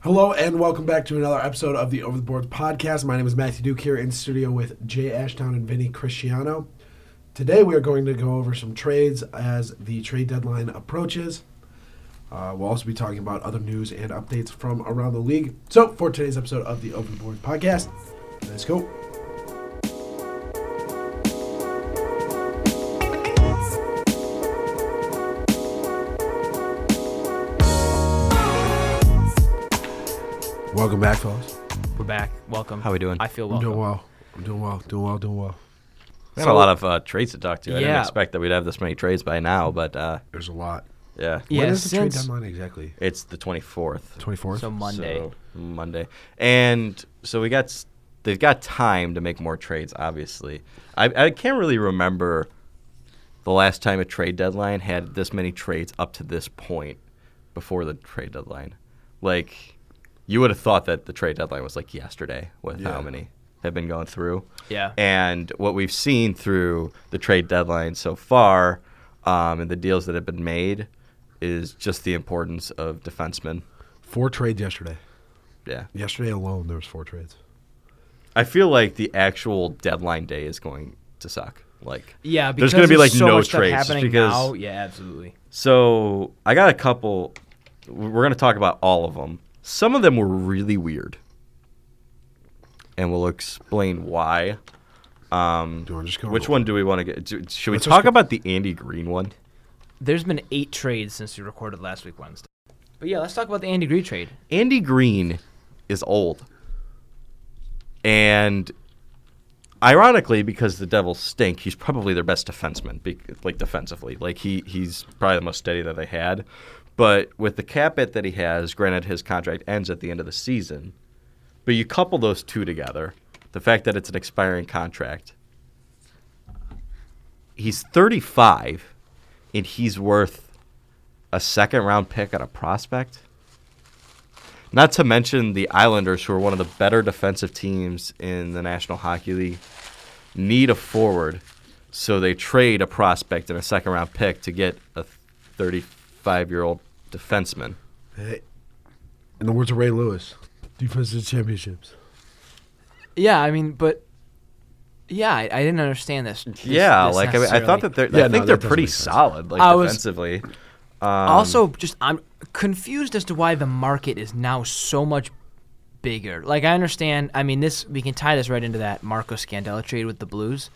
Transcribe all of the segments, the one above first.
Hello and welcome back to another episode of the Over the Boards podcast. My name is Matthew Duke here in studio with Jay Ashtown and Vinny Cristiano. Today we are going to go over some trades as the trade deadline approaches. Uh, we'll also be talking about other news and updates from around the league. So for today's episode of the Over the Boards podcast, let's go. Welcome back, fellas. We're back. Welcome. How we doing? I feel I'm welcome. doing well. I'm doing well. Doing well. Doing well. We had a lot of uh, trades to talk to. I didn't Yeah. expect that we'd have this many trades by now, but uh, There's a lot. yeah. Yeah, When is the trade since- deadline exactly? It's the 24th. 24th? So Monday. So Monday. And so we got, s- they've got time to make more trades, obviously. I, I can't really remember the last time a trade deadline had this many trades up to this point before the trade deadline. Like, you would have thought that the trade deadline was like yesterday with Yeah. how many have been going through. Yeah. And what we've seen through the trade deadline so far um, and the deals that have been made is just the importance of defensemen. Four trades yesterday. Yeah. Yesterday alone, there was four trades. I feel like the actual deadline day is going to suck. Like, yeah, because there's going to be like so no much trades Stuff just happening because now. Yeah, absolutely. So I got a couple. We're going to talk about all of them. Some of them were really weird, and we'll explain why. Um, Do you wanna just go which over- one do we want to get? do- should we Let's just talk go- about the Andy Green one? There's been eight trades since we recorded last week Wednesday. But yeah, let's talk about the Andy Green trade. Andy Green is old, and ironically, because the Devils stink, he's probably their best defenseman, be- like defensively. Like he he's probably the most steady that they had. But with the cap hit that he has, granted his contract ends at the end of the season, but you couple those two together, the fact that it's an expiring contract. He's 35, and he's worth a second round pick on a prospect. Not to mention the Islanders, who are one of the better defensive teams in the National Hockey League, need a forward, so they trade a prospect and a second round pick to get a 35 year old defenseman. Hey. In the words of Ray Lewis, defensive championships. Yeah, I mean, but yeah, I, I didn't understand this. this- yeah, this like I, mean, I necessarily. thought that they're, Yeah, I no, think that they're doesn't pretty make sense. solid, like I was- defensively. also, Um, just I'm confused as to why the market is now so much bigger. Like I understand. I mean, this we can tie this right into that Marco Scandella trade with the Blues.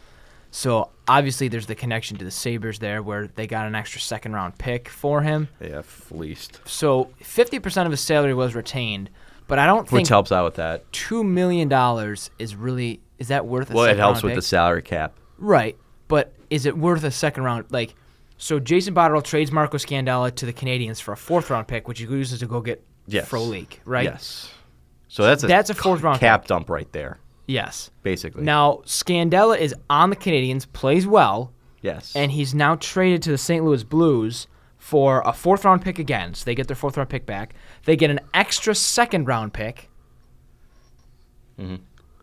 So obviously, there's the connection to the Sabers there, where they got an extra second round pick for him. yeah, fleeced, So 50% of his salary was retained, but I don't which think helps out with that. two million dollars is really is that worth? A Well, it second helps round with pick? the salary cap. Right, but is it worth a second round? Like, so Jason Botterill trades Marco Scandella to the Canadians for a fourth round pick, which he uses to go get Yes. Frolik, right? Yes. So that's a That's a fourth round cap dump right there, Yes. basically. Now Scandella is on the Canadians, plays well, yes, and he's now traded to the St. Louis Blues for a fourth round pick again. So they get their fourth round pick back. They get an extra second round pick. Mm-hmm.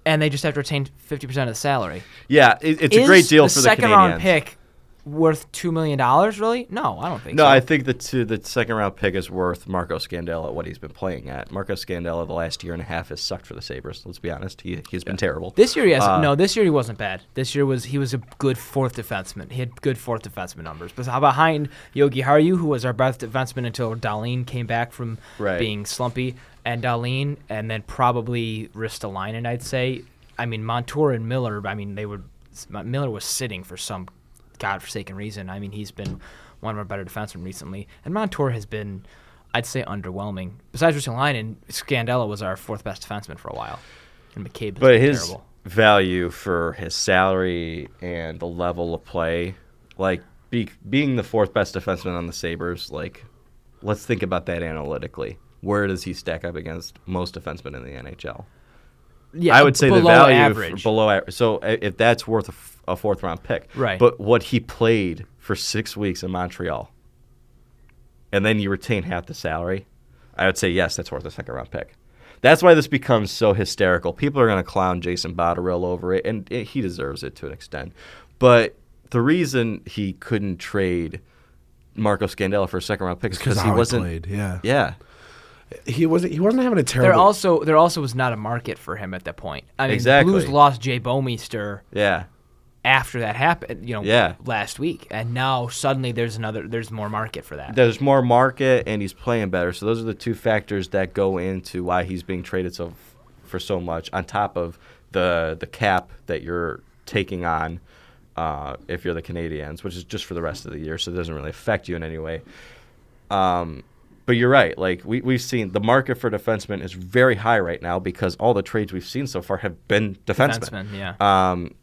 And they just have to retain 50% of the salary. yeah, it, it's a great Is deal the for the second Canadians. round pick worth $2 million, really? No, I don't think No, so. I think the two, the second round pick is worth Marco Scandella at what he's been playing at. Marco Scandella the last year and a half has sucked for the Sabres. Let's be honest, he he's been terrible. this year he has no. This year he wasn't bad. This year was he was a good fourth defenseman. He had good fourth defenseman numbers. But how behind Yogi Haru, who was our best defenseman until Darlene came back from Right. being slumpy, and Darlene, and then probably Ristolainen, I'd say. I mean Montour and Miller. I mean they were Miller was sitting for some godforsaken reason. I mean he's been one of our better defensemen recently, and Montour has been. I'd say underwhelming. Besides Ristolainen, Scandella was our fourth best defenseman for a while, and McCabe. has but been his terrible. value for his salary and the level of play, like be, being the fourth best defenseman on the Sabres, like let's think about that analytically. Where does he stack up against most defensemen in the NHL? Yeah, I would say the below value f- average. below average. So i- if that's worth a, f- a fourth round pick, Right. But what he played for six weeks in Montreal, and then you retain half the salary, I would say yes, that's worth a second round pick. That's why this becomes so hysterical. People are going to clown Jason Botterill over it, and eh, he deserves it to an extent. But the reason he couldn't trade Marco Scandella for a second round pick is Because because of he how he wasn't. played. Yeah. Yeah. He wasn't. He wasn't having a terrible. There also there also was not a market for him at that point. I mean, Exactly. the Blues lost Jay Bomeister Yeah. after that happened. You know, Yeah. last week, and now suddenly there's another there's more market for that. There's more market and he's playing better. So those are the two factors that go into why he's being traded so for so much on top of the the cap that you're taking on uh, if you're the Canadians, which is just for the rest of the year, so it doesn't really affect you in any way. Um, but you're right. Like we we've seen the market for defensemen is very high right now because all the trades we've seen so far have been defensemen. Defensemen, yeah. Um,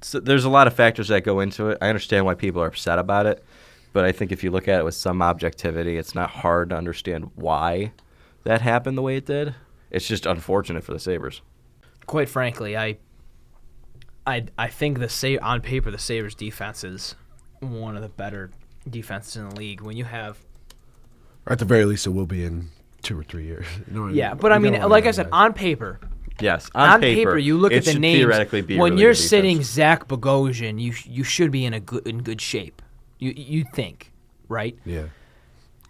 so there's a lot of factors that go into it. I understand why people are upset about it, but I think if you look at it with some objectivity, it's not hard to understand why that happened the way it did. It's just unfortunate for the Sabers. Quite frankly, I I I think the say on paper the Sabres defense is one of the better defenses in the league. When you have Or at the very least, it will be in two or three years. You know what yeah, mean? but I You mean, don't wanna like I have said, that. on paper, Yes, on, on, paper, you look it at the should names. Theoretically, be a when really you're good defense. sitting Zach Bogosian, you sh- you should be in a good in good shape. You you think, right? Yeah.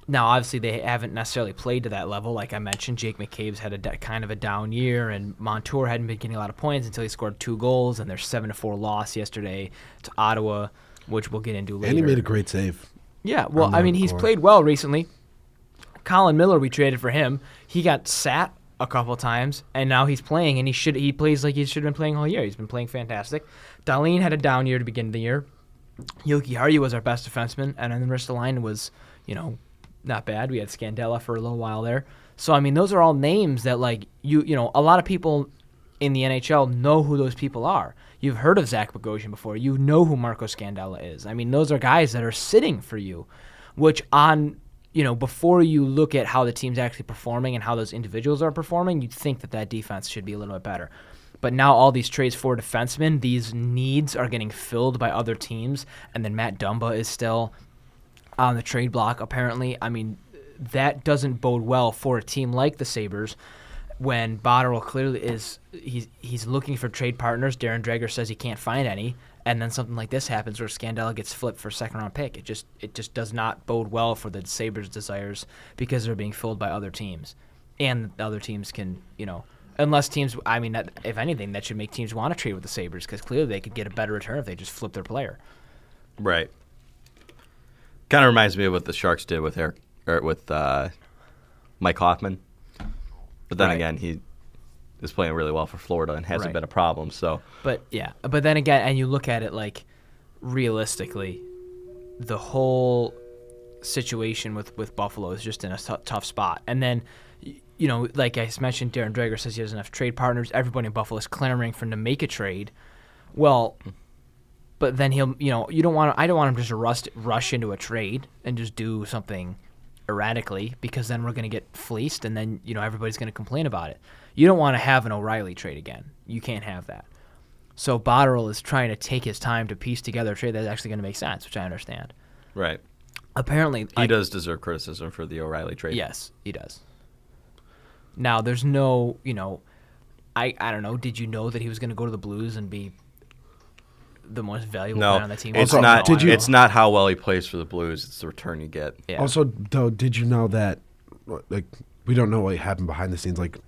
Now, obviously, they haven't necessarily played to that level. Like I mentioned, Jake McCabe's had a d- kind of a down year, and Montour hadn't been getting a lot of points until he scored two goals, and their seven to four loss yesterday to Ottawa, which we'll get into later. And he made a great save. Yeah, well, on I the mean, he's court. played well recently. Colin Miller, we traded for him. He got sat a couple times, and now he's playing, and he should he plays like he should have been playing all year. He's been playing fantastic. Darlene had a down year to begin the year. Yoki Haru was our best defenseman, and then the rest of the line was, you know, not bad. We had Scandella for a little while there. So I mean, those are all names that like you you know a lot of people in the NHL know who those people are. You've heard of Zach Bogosian before. You know who Marco Scandella is. I mean, those are guys that are sitting for you, which on you know before you look at how the team's actually performing and how those individuals are performing, you'd think that that defense should be a little bit better. But now all these trades for defensemen, these needs are getting filled by other teams, and then Matt Dumba is still on the trade block. Apparently, I mean, that doesn't bode well for a team like the Sabers. When Botterill clearly is he's he's looking for trade partners. Darren Dreger says he can't find any, and then something like this happens where Scandella gets flipped for a second round pick. It just it just does not bode well for the Sabers' desires because they're being filled by other teams, and other teams can you know. Unless teams, I mean, that, if anything, that should make teams want to trade with the Sabers because clearly they could get a better return if they just flip their player. right. Kind of reminds me of what the Sharks did with Eric or with uh, Mike Hoffman, but then Right. again, he is playing really well for Florida and hasn't Right. been a problem. So But yeah, but then again, and you look at it like realistically, the whole situation with with Buffalo is just in a tou- tough spot. And then, y- you know, like I s- mentioned, Darren Dreger says he has enough trade partners. Everybody in Buffalo is clamoring for him to make a trade. Well, but then he'll, you know, you don't want to. I don't want him just to rust rush into a trade and just do something erratically because then we're going to get fleeced and then you know everybody's going to complain about it. You don't want to have an O'Reilly trade again. You can't have that. So Botterill is trying to take his time to piece together a trade that's actually going to make sense, which I understand. right, Apparently, he like- does deserve criticism for the O'Reilly trade. Yes, he does. Now, there's no, you know, I I don't know. Did you know that he was going to go to the Blues and be the most valuable No, player on the team? it's Also, not. no, I did you- don't It's not how well he plays for the Blues. It's the return you get. know. Yeah. Also, though, did you know that, like, we don't know what happened behind the scenes. Like,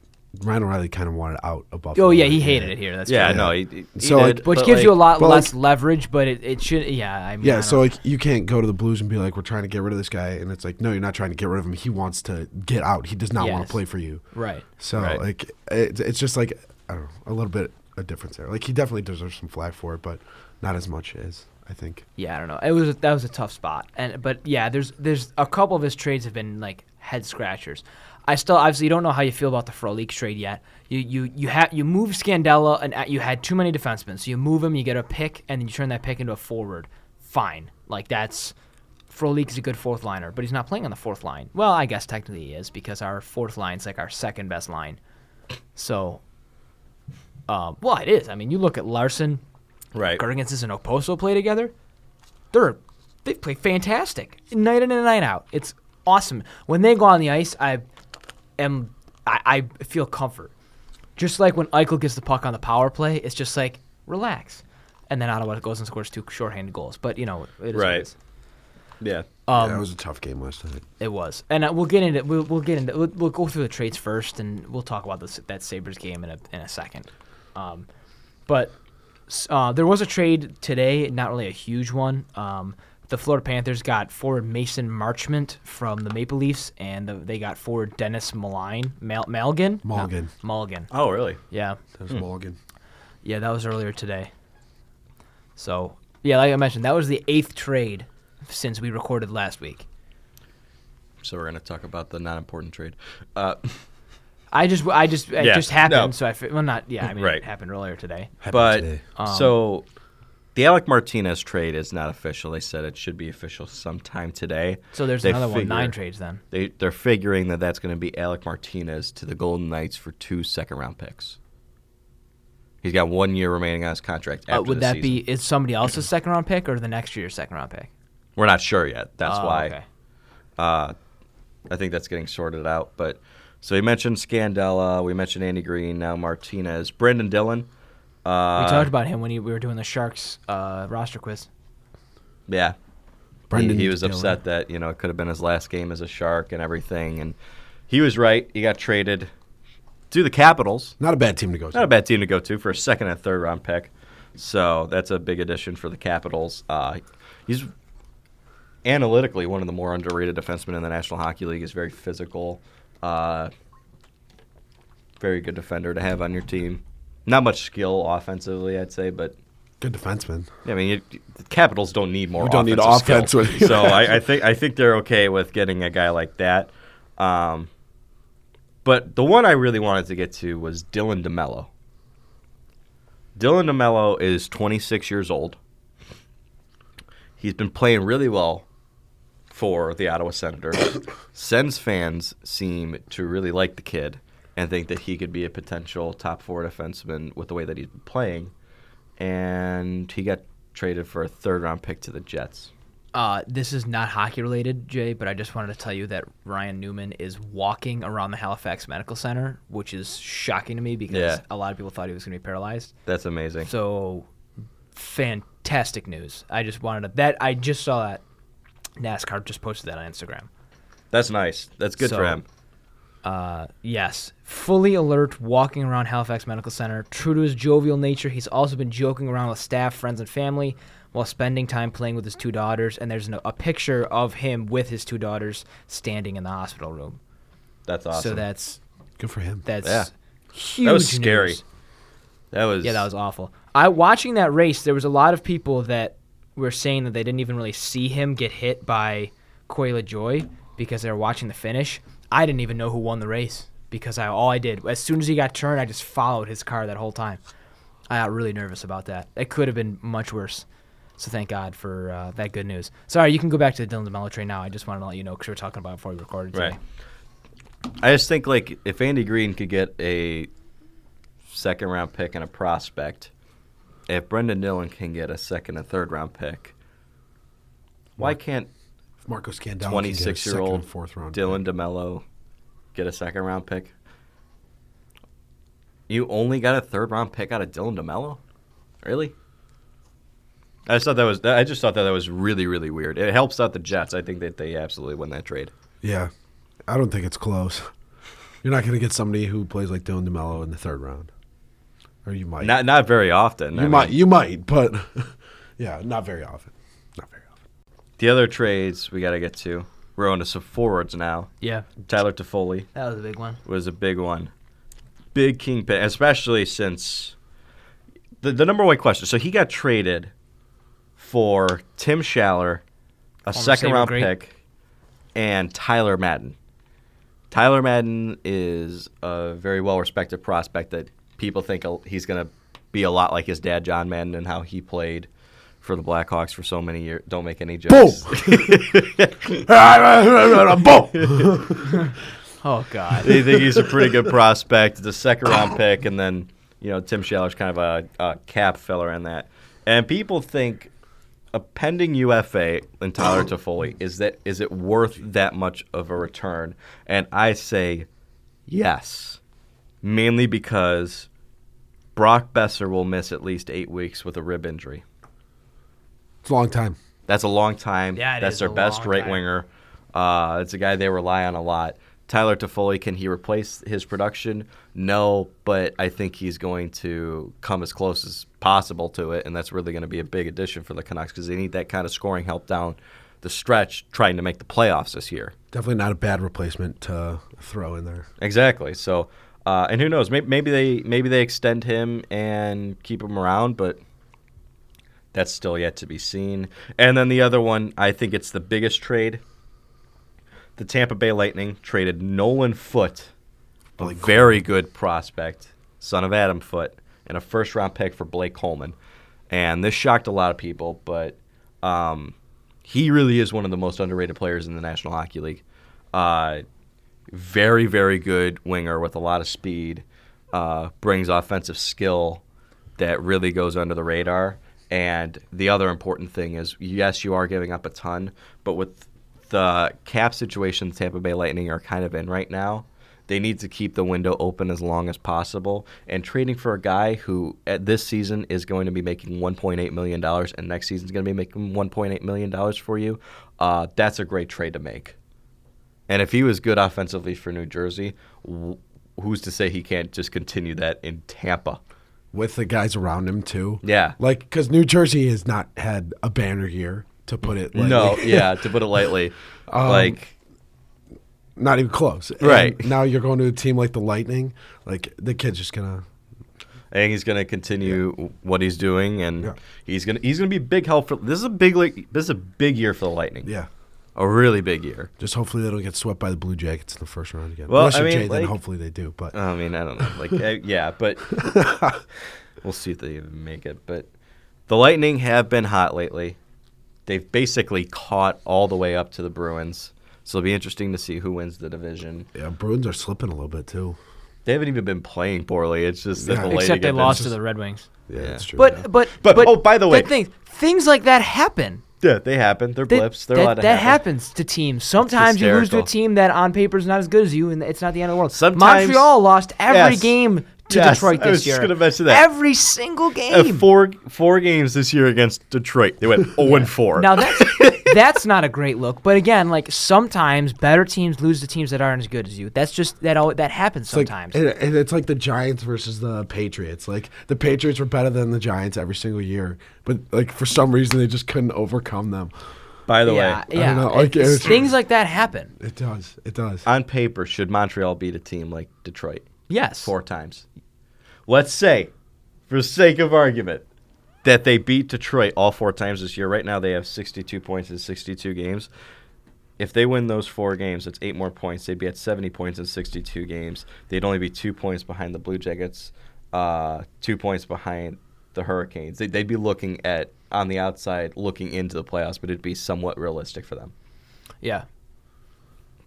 Ryan O'Reilly kind of wanted out of Buffalo. oh yeah, he hated it here. That's yeah, right. no. He, he- he So, like- did, Which but, gives like, you a lot but, less like- leverage, but it, it should. Yeah, I mean, I Yeah, don't so know. like you can't go to the Blues and be like, "We're trying to get rid of this guy," and it's like, "No, you're not trying to get rid of him. He wants to get out. He does not want Yes. to play for you." right. So Right. like, it, it's just like I don't know, a little bit a difference there. Like he definitely deserves some flack for it, but not as much as I think. Yeah, I don't know. It was that was a tough spot, and but yeah, there's there's a couple of his trades have been like head scratchers. I still obviously don't know how you feel about the Frolik trade yet. You you you had you moved Scandella and uh, you had too many defensemen, so you move him, you get a pick, and then you turn that pick into a forward. Fine, like that's Frolik is a good fourth liner, but he's not playing on the fourth line. Well, I guess technically he is because our fourth line's like our second best line. So, uh, well, it is. I mean, you look at Larson, right. Gergensen and Oposo play together, they're they play fantastic night in and night out. It's awesome when they go on the ice. I am I, I feel comfort. Just like when Eichel gets the puck on the power play, it's just like relax. And then Ottawa goes and scores two shorthanded goals. But you know it is what Right. it is. Yeah. Yeah, Um, that was a tough game last night. It was, and uh, we'll get into we'll, we'll get into we'll, we'll go through the trades first, and we'll talk about this that Sabers game in a in a second. Um, but s- uh, there was a trade today, not really a huge one. Um, the Florida Panthers got forward Mason Marchment from the Maple Leafs, and the, they got forward Dennis Malign, Mal- Malgin, No, Malgin. Malgin. Oh, really? Yeah, That was Morgan. yeah, that was earlier today. So yeah, like I mentioned, that was the eighth trade since we recorded last week. So we're gonna talk about the not important trade. Uh, I just, I just, it Yeah, just happened. no. So I, fi- well, not, yeah, I mean, Right. it happened earlier today. but today. Um, so the Alec Martinez trade is not official. They said it should be official sometime today. So there's They another one, nine figure- trades then. They they're figuring that that's going to be Alec Martinez to the Golden Knights for two second round picks. He's got one year remaining on his contract. Uh, After would this that season. be is somebody else's second round pick or the next year's second round pick? We're not sure yet. That's Oh, why okay. uh, I think that's getting sorted out. But so we mentioned Scandella, we mentioned Andy Green, now Martinez, Brendan Dillon. we Uh, talked about him when he, we were doing the Sharks uh, roster quiz. Yeah. He, Brendan he was Dillon. upset that, you know, it could have been his last game as a Shark and everything. And he was right. He got traded to the Capitals. Not a bad team to go to. Not a bad team to go to for a second and third round pick. So that's a big addition for the Capitals. Uh, he's analytically one of the more underrated defensemen in the National Hockey League. He's very physical, uh, very good defender to have on your team. Not much skill offensively, I'd say, but Good defenseman. I mean, you, the Capitals don't need more. We don't need offensive offense skill. with- so I, I think I think they're okay with getting a guy like that. Um, but the one I really wanted to get to was Dylan DeMello. Dylan DeMello is 26 years old. He's been playing really well for the Ottawa Senators. Sens fans seem to really like the kid and think that he could be a potential top four defenseman with the way that he's been playing. And he got traded for a third round pick to the Jets. Uh, this is not hockey related, Jay, but I just wanted to tell you that Ryan Newman is walking around the Halifax Medical Center, which is shocking to me because Yeah. a lot of people thought he was going to be paralyzed. That's amazing. So fantastic news. I just wanted to, that I just saw that NASCAR just posted that on Instagram. That's nice. That's good So- for him. Uh, yes, fully alert, walking around Halifax Medical Center. True to his jovial nature, he's also been joking around with staff, friends, and family while spending time playing with his two daughters. And there's an, a picture of him with his two daughters standing in the hospital room. That's awesome. So that's Good for him. that's Yeah. huge. That was scary. news. that was Yeah, that was awful. I watching that race. There was a lot of people that were saying that they didn't even really see him get hit by Coyle Joy because they were watching the finish. I didn't even know who won the race because I all I did as soon as he got turned, I just followed his car that whole time. I got really nervous about that. It could have been much worse. So thank God for uh, that good news. Sorry, you can go back to the Dylan DeMello train now. I just wanted to let you know because we were talking about it before we recorded today. Right. I just think like if Andy Green could get a second round pick and a prospect, if Brendan Dillon can get a second and third round pick, why can't If Marco Scandella. twenty six year old fourth round. Dylan DeMello get a second round pick? You only got a third round pick out of Dylan DeMello? Really? I just thought that was I just thought that that was really really weird. It helps out the Jets. I think that they absolutely win that trade. Yeah, I don't think it's close. You're not going to get somebody who plays like Dylan DeMello in the third round, or you might. Not not very often. you might. you might, but yeah, not very often. Not very often. The other trades we got to get to. We're on to some forwards now. Yeah, Tyler Toffoli that was a big one. was a big one. Big kingpin, especially since the, the number one question. So he got traded for Tim Schaller, a second Sabre round great. pick, and Tyler Madden. Tyler Madden is a very well respected prospect that people think a- he's going to be a lot like his dad, John Madden, and how he played for the Blackhawks for so many years. Don't make any jokes. Boom. Oh God. they think he's a pretty good prospect. The second round pick, and then you know Tim Shaller's kind of a, a cap filler in that. And people think a pending UFA in Tyler Toffoli is that is it worth that much of a return? And I say yes, mainly because Brock Besser will miss at least eight weeks with a rib injury. It's a long time. That's a long time. Yeah, it That's is their a best long right time. winger. Uh, it's a guy they rely on a lot. Tyler Toffoli, can he replace his production? No, but I think he's going to come as close as possible to it, and that's really going to be a big addition for the Canucks because they need that kind of scoring help down the stretch, trying to make the playoffs this year. Definitely not a bad replacement to throw in there. Exactly. So, uh, and who knows? Maybe, maybe they maybe they extend him and keep him around, but that's still yet to be seen. And then the other one, I think it's the biggest trade. The Tampa Bay Lightning traded Nolan Foot, a Blake very good prospect, son of Adam Foot, and a first round pick for Blake Coleman. And this shocked a lot of people, but um, he really is one of the most underrated players in the National Hockey League. Uh, very, very good winger with a lot of speed, uh, brings offensive skill that really goes under the radar. And the other important thing is, yes, you are giving up a ton, but with the cap situation the Tampa Bay Lightning are kind of in right now, they need to keep the window open as long as possible. And trading for a guy who at this season is going to be making 1.8 million dollars, and next season is going to be making 1.8 million dollars for you, uh, that's a great trade to make. And if he was good offensively for New Jersey, wh- who's to say he can't just continue that in Tampa? With the guys around him, too. Yeah. Like, because New Jersey has not had a banner year, to put it lightly. Um, No, yeah, to put it lightly. like, not even close. And Right. now you're going to a team like the Lightning. Like, the kid's just going to. I think he's going to continue what he's doing, and Yeah. he's going to he's going to be a big help for. This is a big like this is a big year for the Lightning. Yeah. a really big year. Just hopefully they don't get swept by the Blue Jackets in the first round again. Well, Unless I you're mean, Jay, then like- uh, hopefully they do. But I mean, I don't know. Like, uh, yeah, but we'll see if they even make it. But the Lightning have been hot lately. They've basically caught all the way up to the Bruins. So it'll be interesting to see who wins the division. yeah, Bruins are slipping a little bit too. They haven't even been playing poorly. It's just that Yeah. the Lightning Except they have been lost just- to the Red Wings. Yeah, Yeah. that's true. But, yeah. but But- oh, by the way- thing, things like that happen. Yeah, they happen. They're That- blips. They're that, allowed to that happen. happens to teams. Sometimes you lose to a hysterical. team that on paper is not as good as you, and it's not the end of the world. Sometimes- Montreal lost every Yes. game to Yes, Detroit I this was just year. gonna mention that. every single Uh, game. four four games this year against Detroit. They went 0 and 4. Now that's that's not a great look. But again, like sometimes better teams lose to teams that aren't as good as you. That's just that all that happens It's like- sometimes. and, and it's like the Giants versus the Patriots. Like the Patriots were better than the Giants every single year, but like for some reason they just couldn't overcome them. By the yeah, way, yeah. know, like, It's- it's- things like that happen. It does. It does. on paper, should Montreal beat a team like Detroit Yes. four times? Let's say, for sake of argument, that they beat Detroit all four times this year. Right now, they have 62 points in 62 games. If they win those four games, that's eight more points. They'd be at 70 points in 62 games. They'd only be two points behind the Blue Jackets, uh, two points behind the Hurricanes. They'd, they'd be looking at, on the outside, looking into the playoffs, but it'd be somewhat realistic for them. Yeah.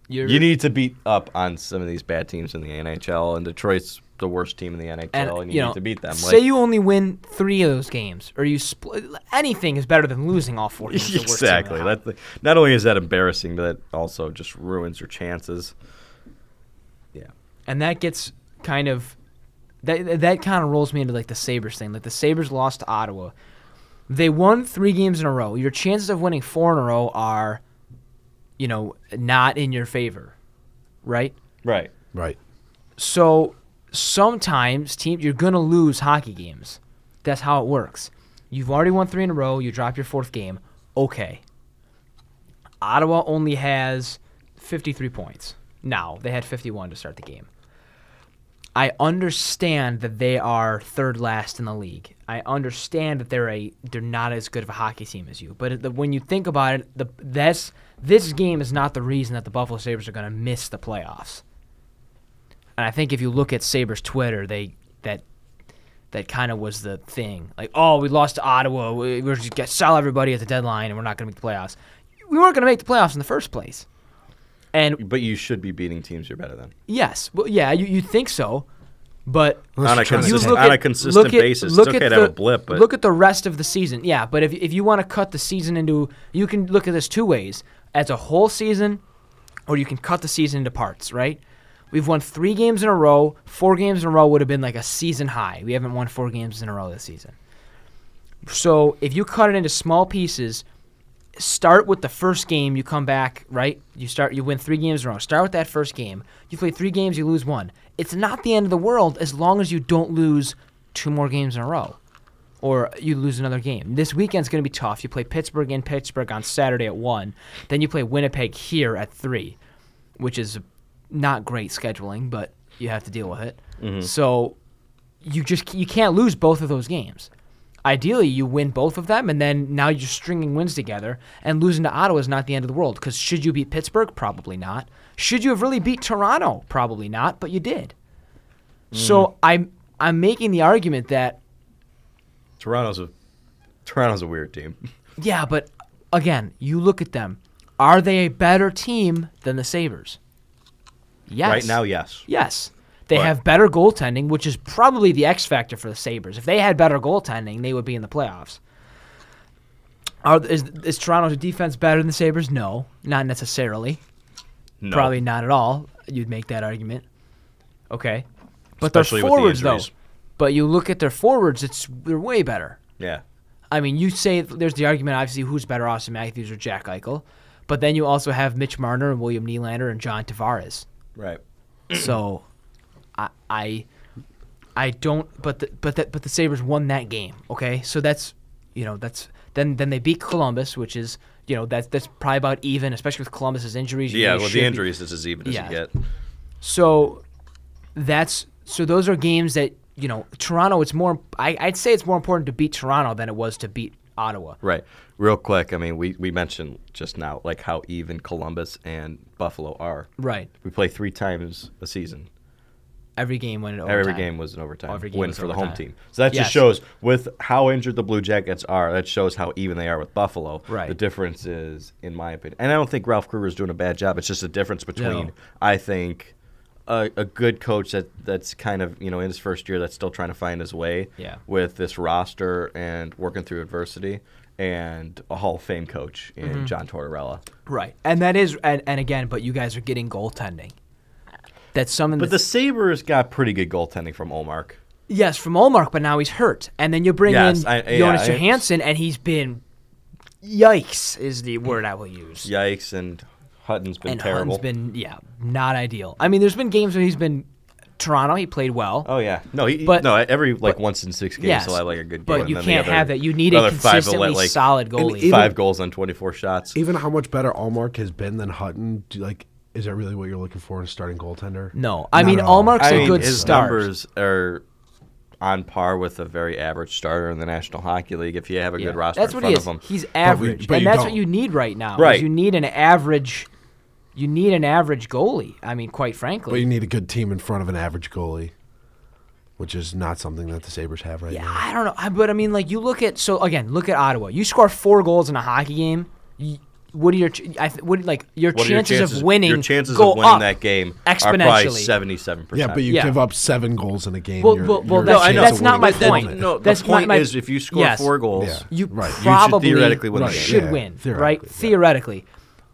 You're, You need to beat up on some of these bad teams in the NHL, and Detroit's the worst team in the NHL, and, you, know, need to beat them. Say you only win three of those games, or you split. Anything is better than losing all four. Games to the worst team in the exactly. hockey. That not only is that embarrassing, but that also just ruins your chances. Yeah, and that gets kind of that that kind of rolls me into like the Sabres thing. Like the Sabres lost to Ottawa. They won three games in a row. Your chances of winning four in a row are, you know, not in your favor, right? right. right. So sometimes team you're gonna lose hockey games. That's how it works. You've already won three in a row. You drop your fourth game. Okay. Ottawa only has 53 points. Now they had 51 to start the game. I understand that they are third last in the league. I understand that they're a they're not as good of a hockey team as you. But the, when you think about it, the that's this game is not the reason that the Buffalo Sabres are going to miss the playoffs. And I think if you look at Sabres Twitter, they that that kind of was the thing. Like, oh, we lost to Ottawa. We, we're just gonna sell everybody at the deadline, and we're not going to make the playoffs. We weren't going to make the playoffs in the first place. And But you should be beating teams you're better than yes, well, yeah, you you think so, but Unless on a, you're trying to- you consistent, look on at- a consistent look at- basis. look it's at okay to have a the- blip, but look at the rest of the season. Yeah, but if if you want to cut the season into, you can look at this two ways: as a whole season, or you can cut the season into parts. Right? We've won three games in a row. Four games in a row would have been like a season high. We haven't won four games in a row this season. So if you cut it into small pieces, start with the first game you come back right you start you win three games in a row start with that first game you play three games you lose one it's not the end of the world as long as you don't lose two more games in a row or you lose another game this weekend's going to be tough you play pittsburgh in pittsburgh on saturday at one then you play winnipeg here at three which is not great scheduling but you have to deal with it so you just you can't lose both of those games ideally you win both of them and then now you're stringing wins together and losing to ottawa is not the end of the world because should you beat pittsburgh probably not should you have really beat toronto probably not but you did Hmm. so i'm i'm making the argument that Toronto's a Toronto's a weird team. yeah but again you look at them are they a better team than the sabres yes Right now, yes. Yes. They But- have better goaltending, which is probably the X factor for the Sabres. If they had better goaltending, they would be in the playoffs. Are, is, is Toronto's defense better than the Sabres? No, not necessarily. No. Probably not at all. You'd make that argument. Okay. But Especially their with the forwards, though. injuries. But you look at their forwards, it's they're way better. Yeah. I mean, you say there's the argument, obviously, who's better, Austin Matthews or Jack Eichel. But then you also have Mitch Marner and William Nylander and John Tavares. Right. So, I, I, I don't. But the, but that but the Sabers won that game. Okay, so that's you know that's then then they beat Columbus, which is you know that's that's probably about even, especially with Columbus's injuries. you Yeah. really Well, should the be- injuries is as even as Yeah. you get. So, that's so those are games that you know Toronto. It's more. I, I'd say it's more important to beat Toronto than it was to beat Ottawa. Right. Real quick. I mean, we we mentioned just now like how even Columbus and Buffalo are. Right. We play three times a season. Every game went in overtime. Every game was an overtime Every game win was for the home overtime. team. So that Yes. just shows with how injured the Blue Jackets are. That shows how even they are with Buffalo. Right. The difference is, in my opinion, and I don't think Ralph Kruger is doing a bad job. It's just a difference between No. I think a, a good coach that that's kind of you know in his first year that's still trying to find his way. Yeah. With this roster and working through adversity, and a Hall of Fame coach in Mm-hmm. John Tortorella. Right. And that is and, and again, but you guys are getting goaltending. That's something. But that's- the Sabers got pretty good goaltending from Olmark. Yes, from Olmark, but now he's hurt. And then you bring Yes, in I- yeah, Jonas I- Johansson, and he's been yikes is the word I will use. Yikes! And Hutton's been and terrible. Hutton's been yeah not ideal. I mean, there's been games where he's been Toronto. He played well. Oh yeah, no, he, But- but, no. Every like once in six games, yes, he'll have like a good game. but and you then the can't other- have that. You need a another five will consistently let, like, solid goalie. even- Five goals on twenty-four shots. Even how much better Allmark has been than Hutton, do, like, is that really what you're looking for in a starting goaltender? no, I Not mean at all. Allmark's I a mean, good his start. numbers are on par with a very average starter in the National Hockey League. If you have a Yeah, good roster that's in what front he of is. them, He's average, but and you that's what don't. you need right now. is Right. you need an average. You need an average goalie. I mean, quite frankly, But you need a good team in front of an average goalie, which is not something that the Sabres have right Yeah, now. I don't know, I- but I mean, like you look at so again, look at Ottawa. You score four goals in a hockey game. You, what are your ch- I th- what like your what are chances, your chances of winning? Your chances go of winning up that game are probably exponentially. seventy-seven percent. Yeah, but you Yeah. give up seven goals in a game. Well, your- well- well, your that's- chance I know. of that's not winning my is point. infinite. No, That's the not point my- is if you score Yes. four goals, Yeah. You Right. You should probably theoretically win the game. should Yeah, win, right? theoretically, yeah. Theoretically,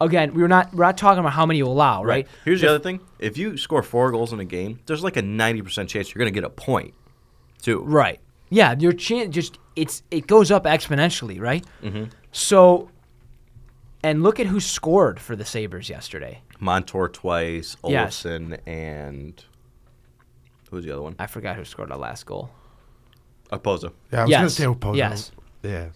again, we're not we're not talking about how many you allow, right? Here's the other thing: if you score four goals in a game, there's like a ninety percent chance you're going to get a point, too. Right. Yeah, your chance just it's it goes up exponentially, right? Mm-hmm. So, and look at who scored for the Sabers yesterday. Montour twice, Yes. Olsen, and who's the other one? I forgot who scored our last goal. Opoza. Yeah, I was Yes. going to say Opozo. Yes. Yeah.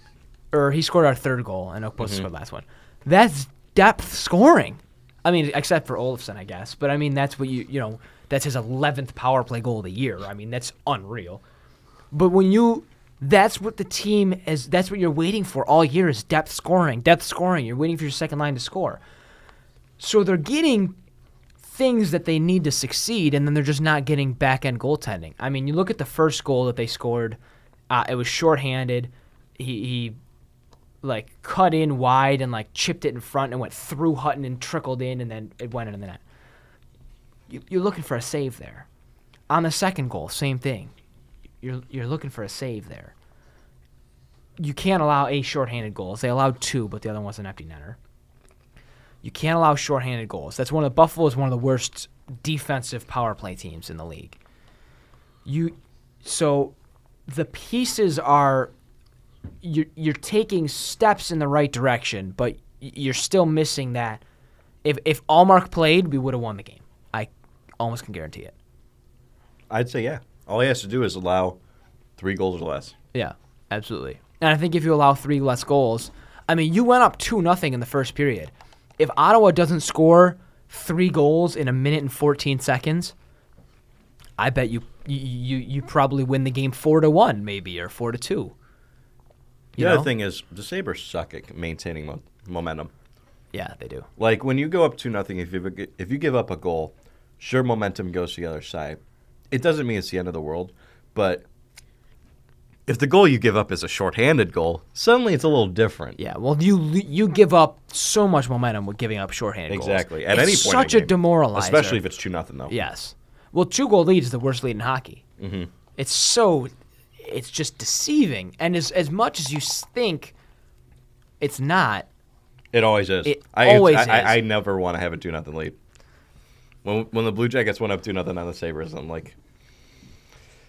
or he scored our third goal and Okposo scored last one. That's depth scoring. I mean, except for Olafson, I guess. But I mean, that's what you you know that's his eleventh power play goal of the year. I mean, that's unreal. But when you that's what the team is. That's what you're waiting for all year is depth scoring. Depth scoring. You're waiting for your second line to score. So they're getting things that they need to succeed, and then they're just not getting back end goaltending. I mean, you look at the first goal that they scored. Uh, it was shorthanded. He, he like cut in wide and like chipped it in front and went through Hutton and trickled in, and then it went into the net. You, you're looking for a save there. On the second goal, same thing. You're you're looking for a save there. You can't allow eight shorthanded goals. They allowed two, but the other one was an empty netter. You can't allow shorthanded goals. That's one of the Buffalo is one of the worst defensive power play teams in the league. You so the pieces are you're you're taking steps in the right direction, but y- you're still missing that. If if Allmark played, we would have won the game. I almost can guarantee it. I'd say yeah. All he has to do is allow three goals or less. Yeah, absolutely. And I think if you allow three less goals, I mean, you went up two nothing in the first period. If Ottawa doesn't score three goals in a minute and fourteen seconds, I bet you you you, you probably win the game four to one, maybe or four to two. The You other know? thing is the Sabres suck at maintaining mo- momentum. Yeah, they do. Like when you go up two nothing, if you if you give up a goal, sure momentum goes to the other side. It doesn't mean it's the end of the world, but if the goal you give up is a shorthanded goal, suddenly it's a little different. Yeah, well, you you give up so much momentum with giving up shorthanded goals. exactly. At It's any point, in such the a game, demoralizer. especially if it's two nothing though. yes. Well, two goal lead is the worst lead in hockey. Mm-hmm. It's so, it's just deceiving. And as as much as you s- think, it's not. It always is. It I, always I, I, is. I never want to have a two nothing lead. When when the Blue Jackets went up two nothing on the Sabres, I'm like,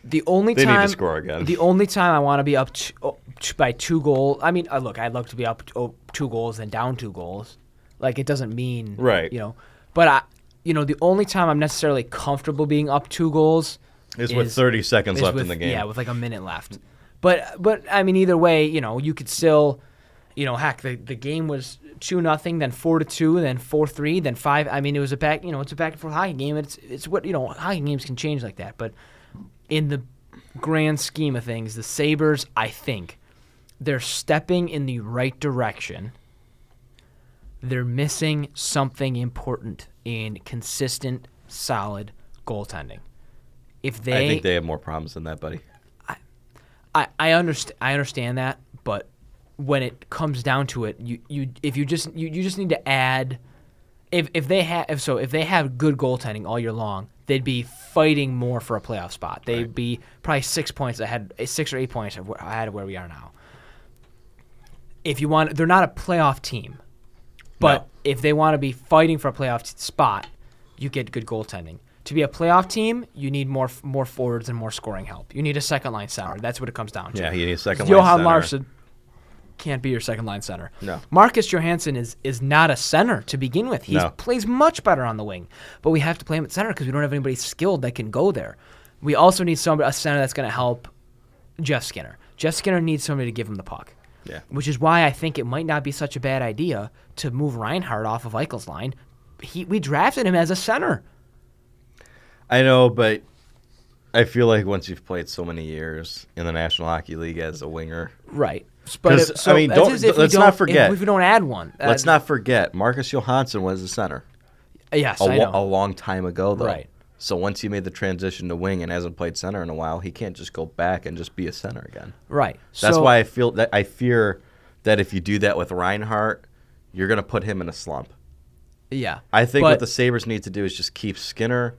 The only They need to time score again. The only time I want to be up t- oh, t- by two goal. I mean, uh, look, I'd love to be up oh, two goals and down two goals. Like it doesn't mean Right. You know, but I, you know, the only time I'm necessarily comfortable being up two goals Is with 30 seconds is left in with- the game. Yeah, with like a minute left. But but I mean, either way, you know, you could still, you know, heck, the, the game was two nothing, then four to two, then four three, then five. I mean, it was a back, you know, it's a back and forth hockey game. It's it's what you know, hockey games can change like that. But in the grand scheme of things, the Sabers, I think, they're stepping in the right direction. They're missing something important in consistent, solid goaltending. If they, I think they have more problems than that, buddy. I, I understand I understand that, but when it comes down to it, you, you if you just you, you just need to add if if they have if so if they have good goaltending all year long, they'd be fighting more for a playoff spot. They'd be probably six points ahead, eh, six or eight points of wh- ahead of where we are now. If you want, they're not a playoff team, but No. if they want to be fighting for a playoff t- spot, you get good goaltending. To be a playoff team, you need more f- more forwards and more scoring help. You need a second line center. That's what it comes down to. Yeah, he needs second line Johan center. Larson can't be your second line center. No. Marcus Johansson is is not a center to begin with. He No. plays much better on the wing, but we have to play him at center because we don't have anybody skilled that can go there. We also need somebody a center that's going to help Jeff Skinner. Jeff Skinner needs somebody to give him the puck. Yeah. Which is why I think it might not be such a bad idea to move Reinhardt off of Eichel's line. He, we drafted him as a center. I know, but I feel like once you've played so many years in the National Hockey League as a winger, Right. 'Cause, I mean, that's don't- as if we let's not don't- if forget. we- If we don't add one. uh, let's not forget Marcus Johansson was a center Yes, a, I wa- know. a long time ago, though. Right. So once he made the transition to wing and hasn't played center in a while, he can't just go back and just be a center again. Right. That's So- why I feel that I fear that if you do that with Reinhardt, you're going to put him in a slump. Yeah. I think what but, the Sabres need to do is just keep Skinner,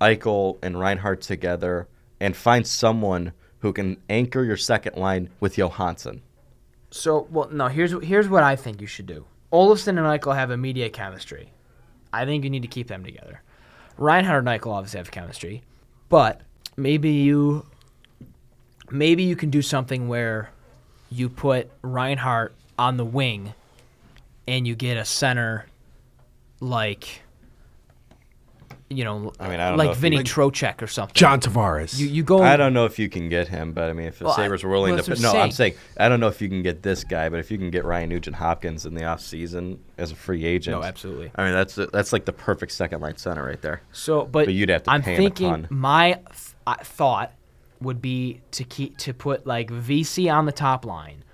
Eichel, and Reinhardt together and find someone who can anchor your second line with Johansson. so well no here's here's what I think you should do. Olafson and Eichel have immediate chemistry. I think you need to keep them together. Reinhardt and Eichel obviously have chemistry, but maybe you maybe you can do something where you put Reinhardt on the wing and you get a center like you know I mean, I don't know like if you- Vinny Like- Trocek or something. John Tavares. you, you go I don't know if you can get him, but I mean, if the Well, I- Sabres were willing well, to, that's no, what I'm I'm saying I don't know if you can get this guy, but if you can get Ryan Nugent Hopkins in the offseason as a free agent, No, absolutely. I mean, that's that's like the perfect second line center right there. So, but, But you'd have to I'm pay him a thinking ton. my th- uh, thought would be to keep to put like VC on the top line,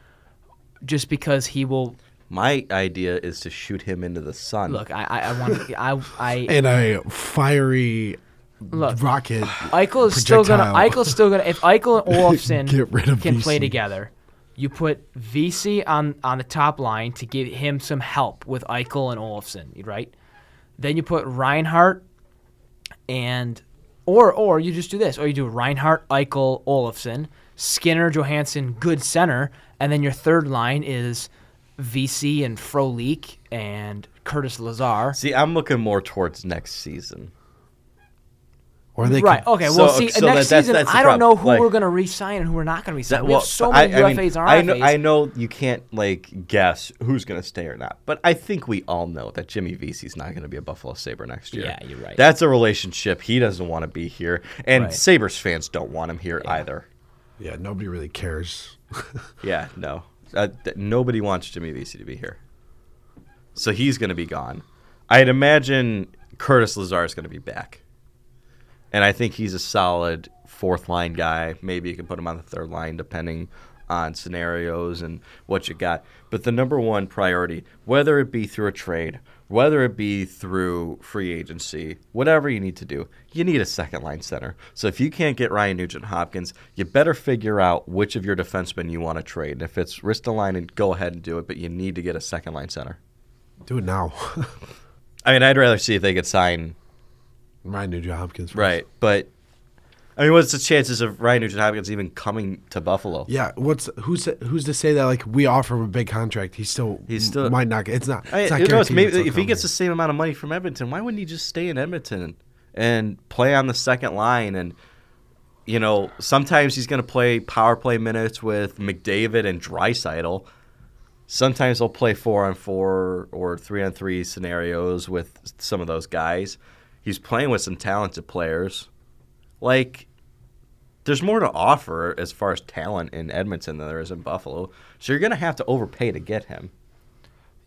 just because he will My idea is to shoot him into the sun. look. I I, I want to. I I and a fiery Look. rocket. Eichel is still gonna. projectile. Eichel's still gonna. If Eichel and Olafson Get rid of can play VC. together, you put VC on on the top line to give him some help with Eichel and Olafson, right? Then you put Reinhardt and or or you just do this, or you do Reinhardt, Eichel, Olafson, Skinner, Johansson, good center, and then your third line is VC and Frolik and Curtis Lazar. See, I'm looking more towards next season. Or they Right. could, Okay. Well, So- see, so next that- that's- season, that's the I don't know problem. who Like- we're going to re-sign and who we're not going to re-sign. That- we well, have so but many I, I UFAs mean, and RFAs. I know, I know you can't like guess who's going to stay or not, but I think we all know that Jimmy Vesey's not going to be a Buffalo Saber next year. Yeah, you're right. That's a relationship he doesn't want to be here, and Right. Sabres fans don't want him here either. Yeah, nobody really cares. Yeah, no, uh, th- nobody wants Jimmy Vesey to be here, so he's going to be gone. I'd imagine Curtis Lazar is going to be back, and I think he's a solid fourth line guy. Maybe you can put him on the third line depending on scenarios and what you got. But the number one priority, whether it be through a trade, whether it be through free agency, whatever you need to do, you need a second line center. So if you can't get Ryan Nugent Hopkins, you better figure out which of your defensemen you want to trade. And if it's Ristolainen, go ahead and do it, but you need to get a second line center. Do it now. I mean, I'd rather see if they could sign Ryan Nugent Hopkins. first. Right, but I mean, what's the chances of Ryan Nugent Hopkins even coming to Buffalo? Yeah. What's who's who's to say that like we offer him a big contract, he still He's still- might not. get- It's not. I, It's not who knows, guaranteed maybe he'll if he come gets here. the same amount of money from Edmonton, why wouldn't he just stay in Edmonton and play on the second line? And you know, sometimes he's going to play power play minutes with McDavid and Drysital. Sometimes he'll play four on four or three on three scenarios with some of those guys. He's playing with some talented players. Like, there's more to offer as far as talent in Edmonton than there is in Buffalo. So you're going to have to overpay to get him.